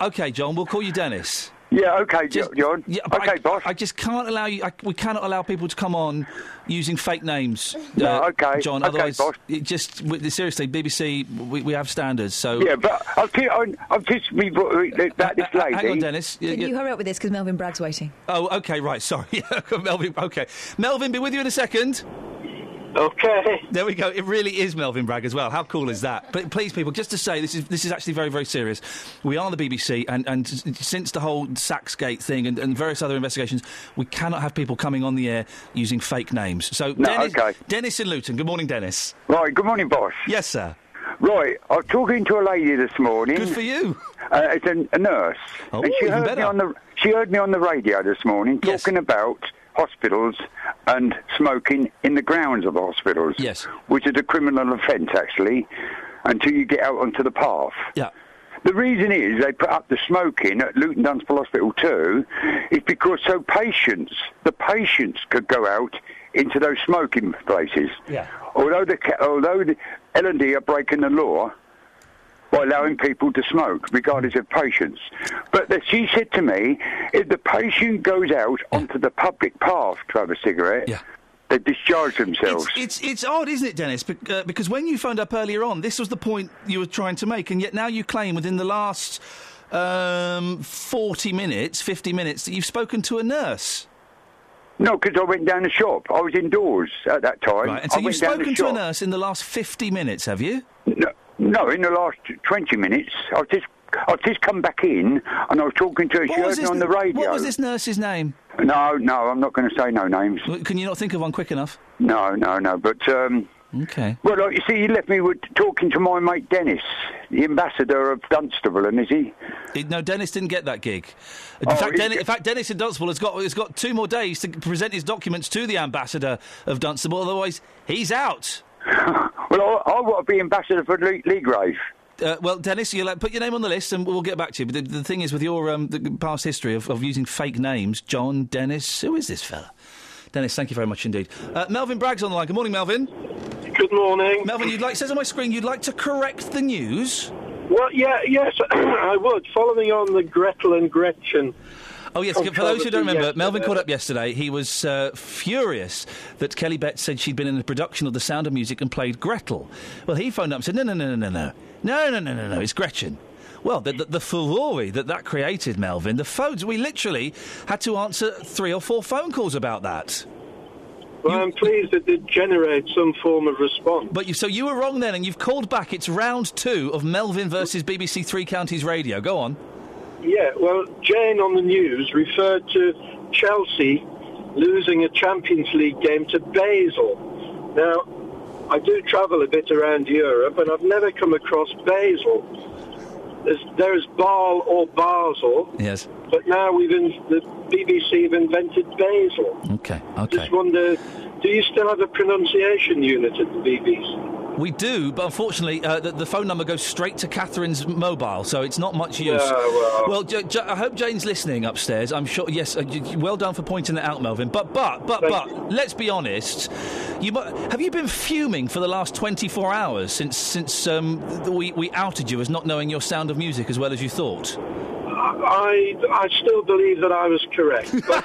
Speaker 5: okay, John, we'll call you Dennis.
Speaker 13: Yeah, okay, John.
Speaker 5: Yeah, okay, I, boss. I just can't allow you, I, we cannot allow people to come on using fake names. uh,
Speaker 13: No, okay,
Speaker 5: John,
Speaker 13: okay,
Speaker 5: otherwise,
Speaker 13: boss.
Speaker 5: It just, w- seriously, BBC, we, we have standards, so.
Speaker 13: Yeah, but I'll tell you, I've just me uh, about this lady.
Speaker 5: hang on, Dennis. Yeah,
Speaker 11: Can
Speaker 5: yeah.
Speaker 11: you hurry up with this because Melvin Bragg's waiting?
Speaker 5: Oh, okay, right. Sorry, Melvin. Okay, Melvin, be with you in a second.
Speaker 20: Okay.
Speaker 5: There we go. It really is Melvin Bragg as well. How cool is that? But please, people, just to say this is this is actually very very serious. We are the BBC, and and s- since the whole Saxgate thing and, and various other investigations, we cannot have people coming on the air using fake names. So,
Speaker 13: No,
Speaker 5: Dennis,
Speaker 13: okay.
Speaker 5: Dennis in Luton. Good morning, Dennis.
Speaker 13: Right, good morning, boss.
Speaker 5: Yes, sir.
Speaker 13: Right, I was talking to a lady this morning. Good for
Speaker 5: you.
Speaker 13: Uh, it's a, a nurse.
Speaker 5: Oh,
Speaker 13: and she
Speaker 5: even
Speaker 13: heard me
Speaker 5: better.
Speaker 13: on the she heard me on the radio this morning talking about hospitals and smoking in the grounds of hospitals. Yes, which is a criminal offence actually, until you get out onto the path.
Speaker 5: Yeah.
Speaker 13: The reason is they put up the smoking at Luton Dunstable Hospital too, is because so patients, the patients could go out into those smoking places.
Speaker 5: Yeah.
Speaker 13: Although the ca- although the L and D are breaking the law by allowing people to smoke, regardless of patients, but the, she said to me, if the patient goes out onto the public path to have a cigarette, they discharge themselves.
Speaker 5: It's it's odd, isn't it, Dennis? Bec- uh, because when you phoned up earlier on, this was the point you were trying to make, and yet now you claim within the last um, forty minutes, fifty minutes, that you've spoken to a nurse.
Speaker 13: No, because I went down the shop. I was indoors at that time.
Speaker 5: Right, and so
Speaker 13: I
Speaker 5: you've
Speaker 13: went down the
Speaker 5: spoken to a
Speaker 13: shop.
Speaker 5: nurse in the last fifty minutes, have you?
Speaker 13: No, no, in the last 20 minutes, I've just, I've just come back in and I was talking to a
Speaker 5: What was
Speaker 13: shirt
Speaker 5: this-
Speaker 13: on the radio.
Speaker 5: What was this nurse's name?
Speaker 13: No, no, I'm not going to say no names.
Speaker 5: Can you not think of one quick enough?
Speaker 13: No, no, no, but um,
Speaker 5: Okay.
Speaker 13: Well, like you see, he left me with talking to my mate Dennis, the ambassador of Dunstable, and is he?
Speaker 5: It- no, Dennis didn't get that gig. In,
Speaker 13: Oh,
Speaker 5: fact,
Speaker 13: he-
Speaker 5: Dennis, in fact, Dennis in Dunstable has got, has got two more days to present his documents to the ambassador of Dunstable, otherwise, he's out.
Speaker 13: well, I, I want to be ambassador for Lee, Lee Grave.
Speaker 5: Uh, well, Dennis, you will put your name on the list, and we'll get back to you. But the, the thing is, with your um, the past history of, of using fake names, John Dennis, who is this fella? Dennis, thank you very much indeed. Uh, Melvin Bragg's on the line. Good morning, Melvin.
Speaker 3: Good morning,
Speaker 5: Melvin. You'd like says on my screen you'd like to correct the news.
Speaker 3: Well, yeah, yes, I would. Following on the Gretel and Gretchen.
Speaker 5: Oh yes, for those who don't remember, Melvin called up yesterday. He was uh, furious that Kelly Betts said she'd been in a production of The Sound of Music and played Gretel. Well, he phoned up and said, "No, no, no, no, no, no, no, no, no, no, no, it's Gretchen." Well, the, the, the furore that that created, Melvin, the phones, we literally had to answer three or four phone calls about that.
Speaker 3: Well, I'm pleased it did generate some form of response.
Speaker 5: But you, so you were wrong then, and you've called back. It's round two of Melvin versus BBC Three Counties Radio. Go on.
Speaker 3: Yeah, well, Jane on the news referred to Chelsea losing a Champions League game to Basel. Now, I do travel a bit around Europe, and I've never come across Basel. There's, there is Basel or Basel,
Speaker 5: Yes.
Speaker 3: but now we've in, the BBC have invented Basel.
Speaker 5: Okay.
Speaker 3: Just wonder, do you still have a pronunciation unit at the BBC?
Speaker 5: We do, but unfortunately, uh, the, the phone number goes straight to Catherine's mobile, so it's not much use.
Speaker 3: Yeah, well-
Speaker 5: J- J- I hope Jane's listening upstairs. I'm sure. Yes, uh, j- j- well done for pointing that out, Melvin. But, but, but, but, let's be honest. You mu- have you been fuming for the last 24 hours since since um, th- we we outed you as not knowing your sound of music as well as you thought?
Speaker 3: I, I still believe that I was correct. But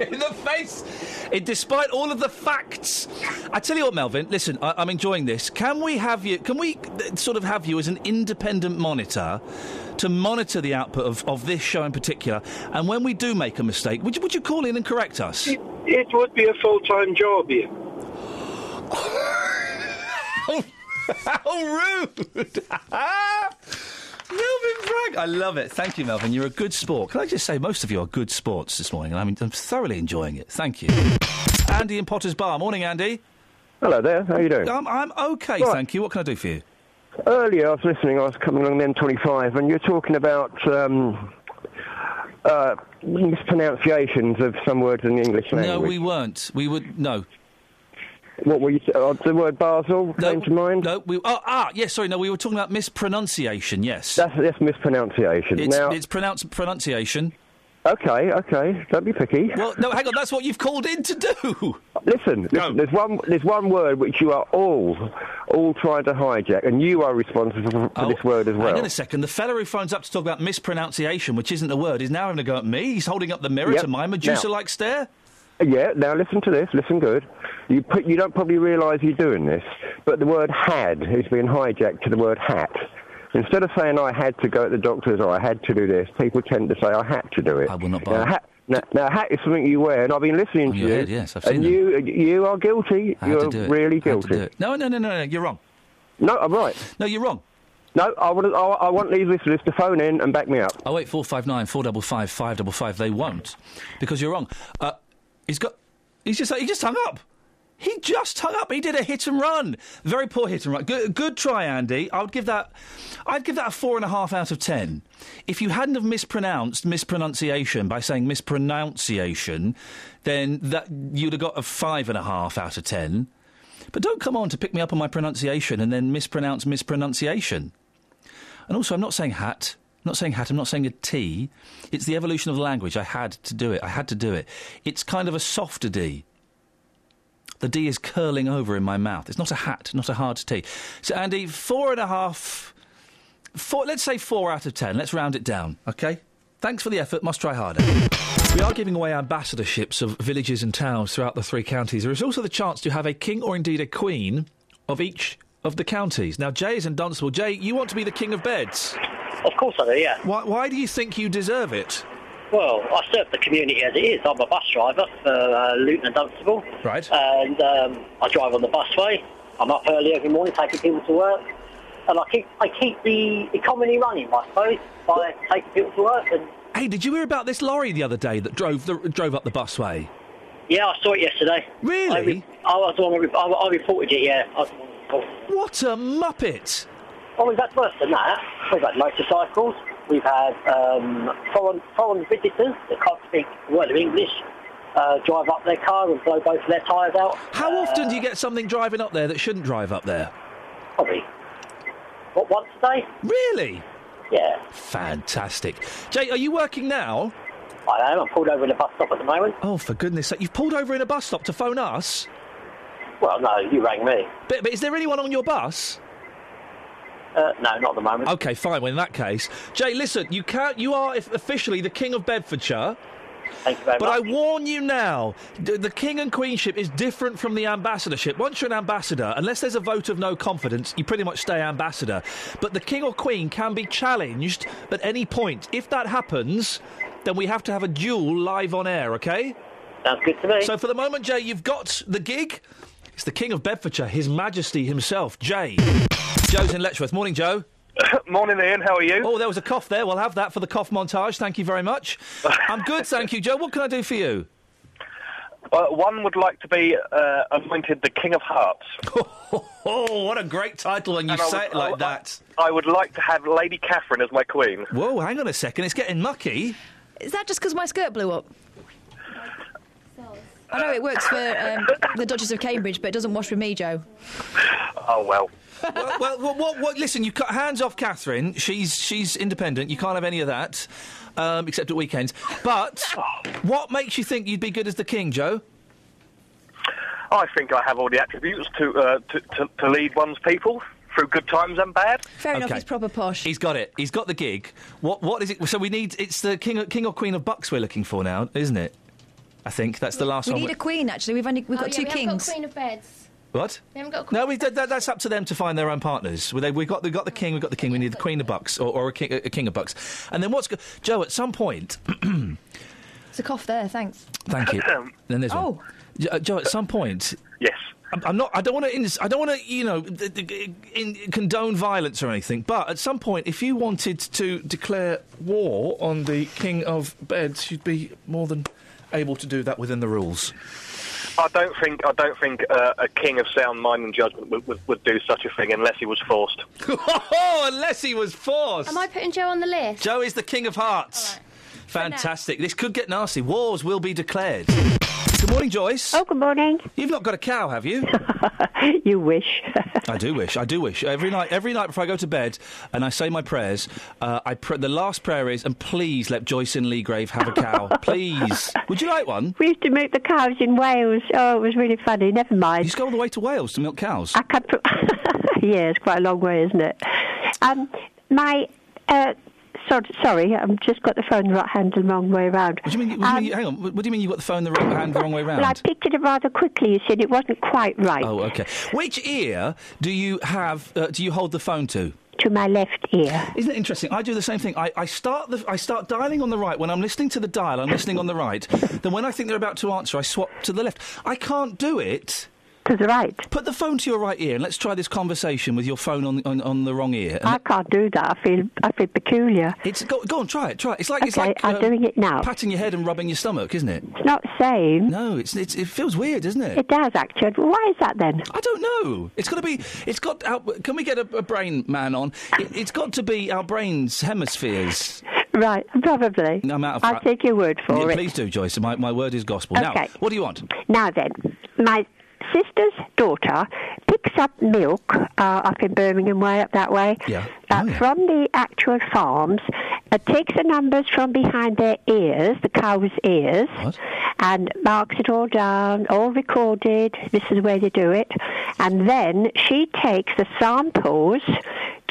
Speaker 5: in the face. It, despite all of the facts, I tell you what, Melvin. Listen, I, I'm enjoying this. Can we have you? Can we uh, sort of have you as an independent monitor to monitor the output of, of this show in particular? And when we do make a mistake, would you, would you call in and correct us?
Speaker 3: it would be a full-time job, Ian.
Speaker 5: How rude! Melvin Bragg. I love it. Thank you, Melvin. You're a good sport. Can I just say, most of you are good sports this morning, and I'm, I'm thoroughly enjoying it. Thank you. Andy in Potter's Bar. Morning, Andy.
Speaker 4: Hello there. How you doing?
Speaker 5: I'm, I'm okay,
Speaker 4: Right.
Speaker 5: thank you. What can I do for you?
Speaker 4: Earlier, I was listening. I was coming along the M25, and you were talking about um, uh, mispronunciations of some words in the English language.
Speaker 5: No, we weren't. We would no.
Speaker 4: What were you? Uh, the word Basel came to mind.
Speaker 5: No, we. Oh, ah, yes. Sorry, no. We were talking about mispronunciation. Yes,
Speaker 4: That's, that's mispronunciation.
Speaker 5: it's
Speaker 4: now,
Speaker 5: it's pronounced pronunciation.
Speaker 4: okay, okay. Don't be picky.
Speaker 5: Well, no, hang on. That's what you've called in to do.
Speaker 4: Listen, listen there's one there's one word which you are all all trying to hijack, and you are responsible for, for this word as
Speaker 5: Oh, Hang on
Speaker 4: well.
Speaker 5: a second. The fella who phones up to talk about mispronunciation, which isn't a word, is now having a go at me. He's holding up the mirror
Speaker 4: Yep.
Speaker 5: to my Medusa-like stare.
Speaker 4: Yeah, now listen to this. Listen good. You put, you don't probably realise you're doing this, but the word had is being hijacked to the word hat. Instead of saying I had to go at the doctor's or I had to do this, people tend to say I had to do it. I will not buy now, hat, now, now, hat is something you wear, and I've been listening to
Speaker 5: your
Speaker 4: you.
Speaker 5: head, yes, I've
Speaker 4: and
Speaker 5: seen them.
Speaker 4: you, you are guilty.
Speaker 5: I had to
Speaker 4: You're
Speaker 5: do it.
Speaker 4: really
Speaker 5: I had to do
Speaker 4: guilty.
Speaker 5: it. No, no, no, no, no. You're wrong.
Speaker 4: No, I'm right.
Speaker 5: No, you're wrong.
Speaker 4: No, I, would, I, I want these listeners to phone in and back me up.
Speaker 5: Oh wait, four five nine, four double five, five double five. They won't, because you're wrong. Uh, he's got. He's just. He just hung up. He just hung up. He did a hit and run. Very poor hit and run. Good, good try, Andy. I would give that. I'd give that a four and a half out of ten. If you hadn't have mispronounced mispronunciation by saying mispronunciation, then that you'd have got a five and a half out of ten. But don't come on to pick me up on my pronunciation and then mispronounce mispronunciation. And also, I'm not saying hat. I'm not saying hat. I'm not saying a T. It's the evolution of language. I had to do it. I had to do it. It's kind of a softer D. The D is curling over in my mouth. It's not a hat, not a hard T. So, Andy, four and a half. Four, let's say four out of ten. Let's round it down, okay? Thanks for the effort. Must try harder. We are giving away ambassadorships of villages and towns throughout the three counties. There is also the chance to have a king or indeed a queen of each of the counties. Now, Jay is in Dunstable. Jay, you want to be the king of beds?
Speaker 21: Of course I do, yeah.
Speaker 5: Why, why do you think you deserve it?
Speaker 21: Well, I serve the community as it is. I'm a bus driver for uh, Luton and Dunstable.
Speaker 5: Right.
Speaker 21: And um, I drive on the busway. I'm up early every morning taking people to work. And I keep, I keep the economy running, I suppose, by taking people to work. And
Speaker 5: Hey, did you hear about this lorry the other day that drove the, drove up the busway?
Speaker 21: Yeah, I saw it yesterday. Really? I, re- I was the one. Re- I, I reported it. Yeah. I was the one
Speaker 5: what a muppet!
Speaker 21: Well, we've had worse than that. We've had motorcycles. We've had um, foreign foreign visitors that can't speak a word of English. Uh, drive up their car and blow both their tyres out.
Speaker 5: How often do you get something driving up there that shouldn't drive up there?
Speaker 21: Probably. What once a day?
Speaker 5: Really?
Speaker 21: Yeah.
Speaker 5: Fantastic. Jay, are you working now?
Speaker 21: I am. I'm pulled over in a bus stop at the moment.
Speaker 5: Oh, for goodness sake. You've pulled over in a bus stop to phone us?
Speaker 21: Well, no, you rang me.
Speaker 5: But, but is there anyone on your bus?
Speaker 21: Uh, no, not at the moment.
Speaker 5: Okay, fine. Well, in that case, Jay, listen, you can't. You are if- officially the king of Bedfordshire.
Speaker 21: Thank you very
Speaker 5: but I warn you now, d- the king and queenship is different from the ambassadorship. Once you're an ambassador, unless there's a vote of no confidence, you pretty much stay ambassador. But the king or queen can be challenged at any point. If that happens, then we have to have a duel live on air, okay?
Speaker 21: Sounds good to me.
Speaker 5: So for the moment, Jay, you've got the gig. It's the king of Bedfordshire, his majesty himself, Jay. Joe's in Letchworth. Morning, Joe.
Speaker 14: Morning, Ian. How are you?
Speaker 5: Oh, there was a cough there. We'll have that for the cough montage. Thank you very much. I'm good, thank you, Joe. What can I do for you?
Speaker 14: Uh, one would like to be uh, anointed the King of Hearts.
Speaker 5: Oh, what a great title when you
Speaker 14: And I
Speaker 5: say
Speaker 14: would-
Speaker 5: it like
Speaker 14: I-
Speaker 5: that.
Speaker 14: I would like to have Lady Catherine as my queen.
Speaker 5: Whoa, hang on a second. It's getting mucky.
Speaker 11: Is that just because my skirt blew up? I know it works for um, the Duchess of Cambridge, but it doesn't wash with me, Joe.
Speaker 14: Oh well.
Speaker 5: well, well, well, what, what, listen, you cut hands off Catherine. She's she's independent. You can't have any of that, um, except at weekends. But what makes you think you'd be good as the king, Joe?
Speaker 14: I think I have all the attributes to uh, to, to, to lead one's people through good times and bad.
Speaker 11: Fair enough, he's proper posh.
Speaker 5: He's got it. He's got the gig. What what is it? So we need it's the king king or queen of bucks we're looking for now, isn't it? I think that's the last
Speaker 11: we
Speaker 5: one.
Speaker 11: need a queen, actually. We've only we've
Speaker 2: Oh,
Speaker 11: got
Speaker 2: yeah,
Speaker 11: two
Speaker 2: we haven't
Speaker 11: kings.
Speaker 2: got Queen of Beds.
Speaker 5: What?
Speaker 2: We haven't got a
Speaker 5: No, we, that, that- that's up to them to find their own partners. We- they- We've got, we've got the king, we've got the king, we need the queen of bucks, or, or a, king, a king of bucks. And then what's... Go- Joe, at some point...
Speaker 11: It's a cough there, thanks.
Speaker 5: thank you. then there's one.
Speaker 11: Oh.
Speaker 5: Jo- uh, Joe, at some point...
Speaker 14: Yes.
Speaker 5: I'm, I'm not... I don't want to... I don't want to, you know, d- d- in, condone violence or anything, but at some point, if you wanted to declare war on the king of beds, you'd be more than able to do that within the rules.
Speaker 14: I don't think I don't think uh, a king of sound mind and judgment would, would, would do such a thing unless he was forced.
Speaker 5: oh, unless he was forced.
Speaker 2: Am I putting Joe on the list?
Speaker 5: Joe is the king of hearts. Fantastic. This could get nasty. Wars will be declared. good morning, Joyce. Oh,
Speaker 19: good morning.
Speaker 5: You've not got a cow, have you?
Speaker 19: you wish.
Speaker 5: I do wish. I do wish. Every night, every night before I go to bed and I say my prayers, uh, I pr- the last prayer is, and please let Joyce in Leegrave have a cow. please. Would you like one?
Speaker 19: We used to milk the cows in Wales. Oh, it was really funny. Never mind. You
Speaker 5: used to go all the way to Wales to milk cows?
Speaker 19: I can't. Pro- yeah, it's quite a long way, isn't it? Um, my. Uh, so, sorry, I've just got the phone in the right hand and the wrong way around. Um,
Speaker 5: What do you mean? What do you mean hang on. What do you mean you got the phone the wrong hand the wrong way round?
Speaker 19: Well, I picked it up rather quickly, you said it wasn't quite right.
Speaker 5: Oh, okay. Which ear do you have? Uh, do you hold the phone to?
Speaker 19: To my left ear.
Speaker 5: Isn't it interesting? I do the same thing. I, I start the I start dialing on the right when I'm listening to the dial. I'm listening on the right. Then when I think they're about to answer, I swap to the left. I can't do it.
Speaker 19: To the right.
Speaker 5: Put the phone to your right ear and let's try this conversation with your phone on on, on the wrong ear.
Speaker 19: I can't do that. I feel I feel peculiar.
Speaker 5: It's go, go on, try it, try it. It's like it's
Speaker 19: Okay,
Speaker 5: like um,
Speaker 19: I'm doing it now.
Speaker 5: patting your head and rubbing your stomach, isn't it?
Speaker 19: It's not same.
Speaker 5: No, it's, it's it feels weird, doesn't it?
Speaker 19: It does actually. Why is that then?
Speaker 5: I don't know. It's got to be. It's got. Our, can we get a, a brain man on? It, it's got to be our brains hemispheres.
Speaker 19: Right, probably.
Speaker 5: I'm out of.
Speaker 19: I'll take your word for
Speaker 5: Yeah,
Speaker 19: it.
Speaker 5: Please do, Joyce. My, my word is gospel. Now,
Speaker 19: Okay.
Speaker 5: what do you want?
Speaker 19: Now then, my sister's daughter picks up milk uh, up in Birmingham way up that way
Speaker 22: Yeah.
Speaker 19: uh,
Speaker 5: Oh,
Speaker 19: from the actual farms. Uh, takes the numbers from behind their ears, the cow's ears, and marks it all down, all recorded. This is the way they do it. And then she takes the samples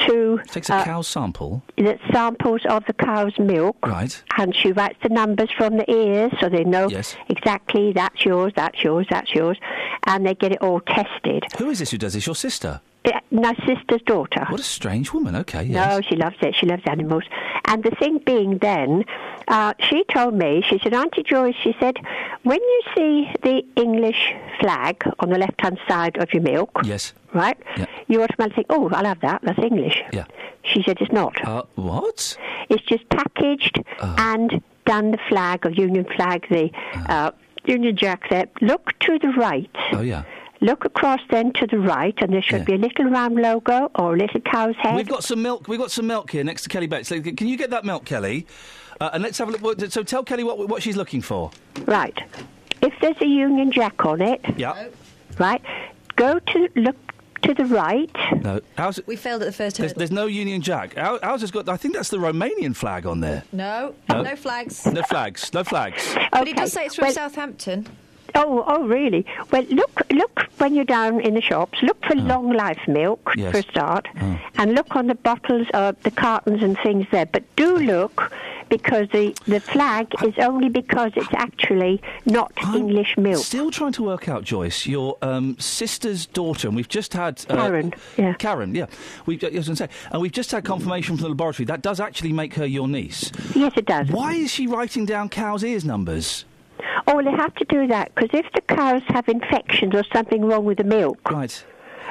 Speaker 19: to uh,
Speaker 5: Takes a cow sample.
Speaker 19: the samples of the cow's milk.
Speaker 5: Right.
Speaker 19: And she writes the numbers from the ears so they know exactly that's yours, that's yours, that's yours. And they get it all tested.
Speaker 5: Who is this who does this? Your sister.
Speaker 19: Yeah, My sister's daughter.
Speaker 5: What a strange woman. Okay. Yeah.
Speaker 19: No, she loves it. She loves animals. And the thing being, then, uh, she told me, she said, Auntie Joyce, she said, when you see the English flag on the left hand side of your milk,
Speaker 5: Yes.
Speaker 19: right, you automatically think, oh, I'll have that. That's English.
Speaker 5: Yeah.
Speaker 19: She said, it's not.
Speaker 5: Uh, what? Ah.
Speaker 19: It's just packaged and done the flag of Union flag, the uh, Union Jack there, look to the right.
Speaker 5: Oh, yeah.
Speaker 19: Look across then to the right, and there should be a little round logo or a little cow's head.
Speaker 5: We've got some milk. We've got some milk here next to Kelly Bates. So, Can you get that milk, Kelly? Uh, and let's have a look. what- So tell Kelly what what she's looking for.
Speaker 19: Right. If there's a Union Jack on it,
Speaker 5: Yeah.
Speaker 19: right, go to look to the right.
Speaker 5: No. How's it?
Speaker 11: We failed at the first
Speaker 5: There's,
Speaker 11: hurdle.
Speaker 5: there's no Union Jack. Our- Ours has got. I think that's the Romanian flag on there.
Speaker 11: No,
Speaker 5: No.
Speaker 11: no, flags.
Speaker 5: No flags. No flags.
Speaker 11: But it
Speaker 19: Okay,
Speaker 11: does say it's from
Speaker 19: well-
Speaker 11: Southampton.
Speaker 19: Oh, oh, really? Well, look, look when you're down in the shops. Look for long life milk
Speaker 22: Yes.
Speaker 19: for a start, and look on the bottles of the cartons and things there. But do look because the the flag is only because it's actually not English milk.
Speaker 5: Still trying to work out, Joyce, your um, sister's daughter, and we've just had uh, Karen. Yeah, Karen. Yeah, we. I was going to say, and we've just had confirmation from the laboratory that does actually make her your niece.
Speaker 19: Yes, it does.
Speaker 5: Why is she writing down cow's ears numbers?
Speaker 19: Oh, well, they have to do that because if the cows have infections or something wrong with the milk,
Speaker 5: right?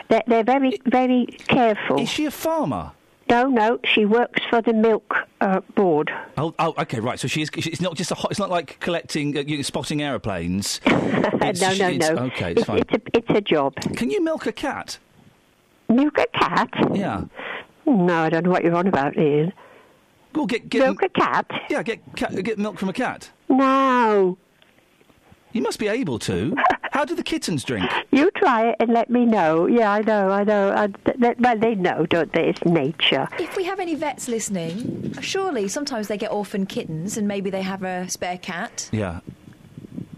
Speaker 19: They're, they're very very careful.
Speaker 5: Is she a farmer?
Speaker 19: No, no, she works for the milk uh, board.
Speaker 5: Oh, oh, okay, right. So she is. It's not just a. Hot, it's not like collecting, uh, you know, spotting aeroplanes. It's-
Speaker 19: no, no,
Speaker 5: it's-
Speaker 19: no.
Speaker 5: Okay, it's,
Speaker 19: it's,
Speaker 5: fine.
Speaker 19: it's a, it's a job.
Speaker 5: Can you milk a cat?
Speaker 19: Milk a cat?
Speaker 5: Yeah.
Speaker 19: No, I don't know what you're on about, Ian.
Speaker 5: Well, get, get
Speaker 19: milk a cat?
Speaker 5: Yeah, get cat, get milk from a cat.
Speaker 19: No.
Speaker 5: You must be able to. How do the kittens drink?
Speaker 19: You try it and let me know. Yeah, I know, I know. I, th- th- well, they know, don't they? It's nature.
Speaker 11: If we have any vets listening, surely sometimes they get orphan kittens and maybe they have a spare cat,
Speaker 5: Yeah,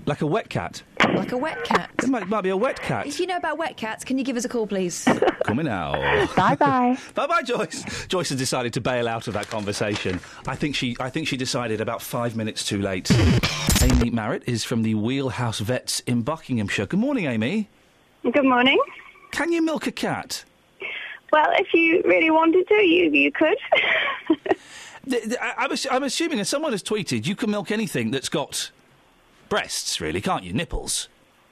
Speaker 5: like a wet cat.
Speaker 11: like a wet cat.
Speaker 5: It might, might be a wet cat.
Speaker 11: If you know about wet cats, can you give us a call, please?
Speaker 5: Coming now.
Speaker 19: Bye bye.
Speaker 5: bye bye, Joyce. Joyce has decided to bail out of that conversation. I think she, I think she decided about five minutes too late. Amy Marrett is from the Wheelhouse Vets in Buckinghamshire. Good morning, Amy.
Speaker 23: Good morning.
Speaker 5: Can you milk a cat?
Speaker 23: Well, if you really wanted to, you you could.
Speaker 5: Th- th- I, am assuming, as someone has tweeted, you can milk anything that's got breasts, really, can't you? Nipples.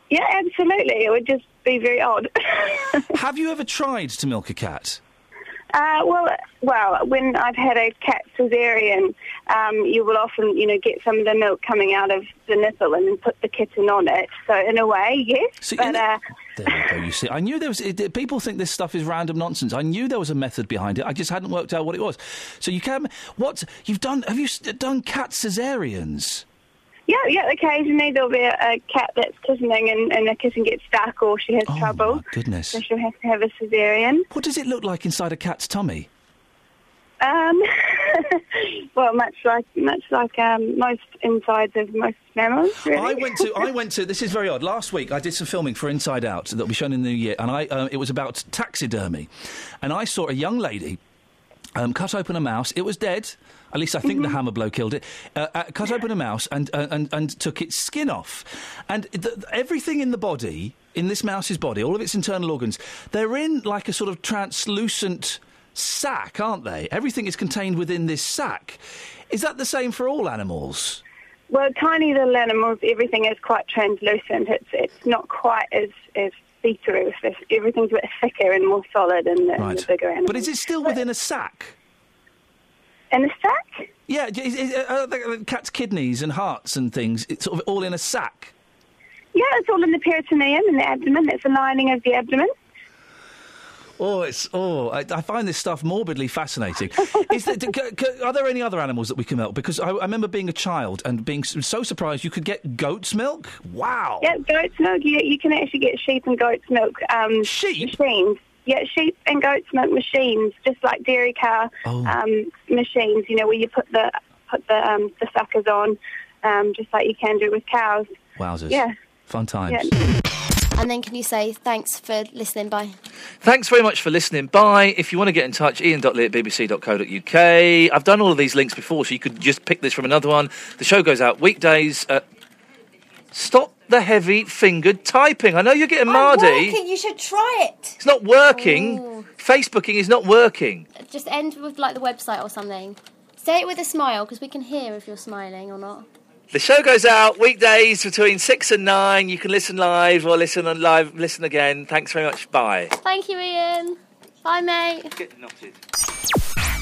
Speaker 23: Yeah, absolutely. It would just be very odd.
Speaker 5: Have you ever tried to milk a cat?
Speaker 23: Uh, well, well, when I've had a cat cesarean, um, you will often, you know, get some of the milk coming out of the nipple and then put the kitten on it. So in a way, yes. but uh,
Speaker 5: There you go. You see, I knew there was. It, it- people think this stuff is random nonsense. I knew there was a method behind it. I just hadn't worked out what it was. So you can. What you've done? Have you s- done cat cesareans?
Speaker 23: yeah, yeah. Occasionally there'll be a, a cat that's kittening and, and the kitten gets stuck or she has trouble.
Speaker 5: Oh, goodness.
Speaker 23: So she'll have to have a cesarean.
Speaker 5: What does it look like inside a cat's tummy?
Speaker 23: Um, well, much like much like um, most insides of most mammals, really.
Speaker 5: I went to. I went to. This is very odd. Last week, I did some filming for Inside Out that'll be shown in the new year, and I. Uh, it was about taxidermy, and I saw a young lady. Um, cut open a mouse. It was dead. At least I think the hammer blow killed it. Uh, uh, cut open a mouse and, uh, and and took its skin off, and the, everything in the body, in this mouse's body, all of its internal organs, they're in like a sort of translucent sack, aren't they? Everything is contained within this sack. Is that the same for all animals?
Speaker 23: well, tiny little animals, everything is quite translucent. It's it's not quite as as see through. Everything's a bit thicker and more solid in the, in the bigger animals.
Speaker 5: But is it still within a sack?
Speaker 23: In a sack?
Speaker 5: Yeah, j- is, is, uh, uh, cats' kidneys and hearts and things, it's sort of all in a sack.
Speaker 23: Yeah, it's all in the peritoneum and the abdomen. It's the lining of the abdomen.
Speaker 5: Oh, it's oh! I, I find this stuff morbidly fascinating. Is there, c- c- are there any other animals that we can milk? Because I, I remember being a child and being s- so surprised you could get goat's milk. Wow!
Speaker 23: Yeah, goat's milk. You, you can actually get sheep and goat's milk um, sheep? machines. Yeah, sheep and goat's milk machines, just like dairy cow um, machines. You know, where you put the put the um, the suckers on, um, just like you can do with cows.
Speaker 5: Wowzers!
Speaker 23: Yeah.
Speaker 5: Fun times.
Speaker 2: And then can you say thanks for listening? Bye.
Speaker 5: Thanks very much for listening. Bye. If you want to get in touch, ian.lee at bbc.co.uk. I've done all of these links before, so you could just pick this from another one. The show goes out weekdays. At... Stop the heavy fingered typing. I know you're getting mardy.
Speaker 2: You should try it.
Speaker 5: It's not working. Facebooking is not working.
Speaker 2: Just end with like the website or something. Say it with a smile because we can hear if you're smiling or not.
Speaker 5: The show goes out weekdays between six and nine. You can listen live or listen on live. Listen again. Thanks very much. Bye.
Speaker 2: Thank you, Ian. Bye, mate.
Speaker 5: Get knotted.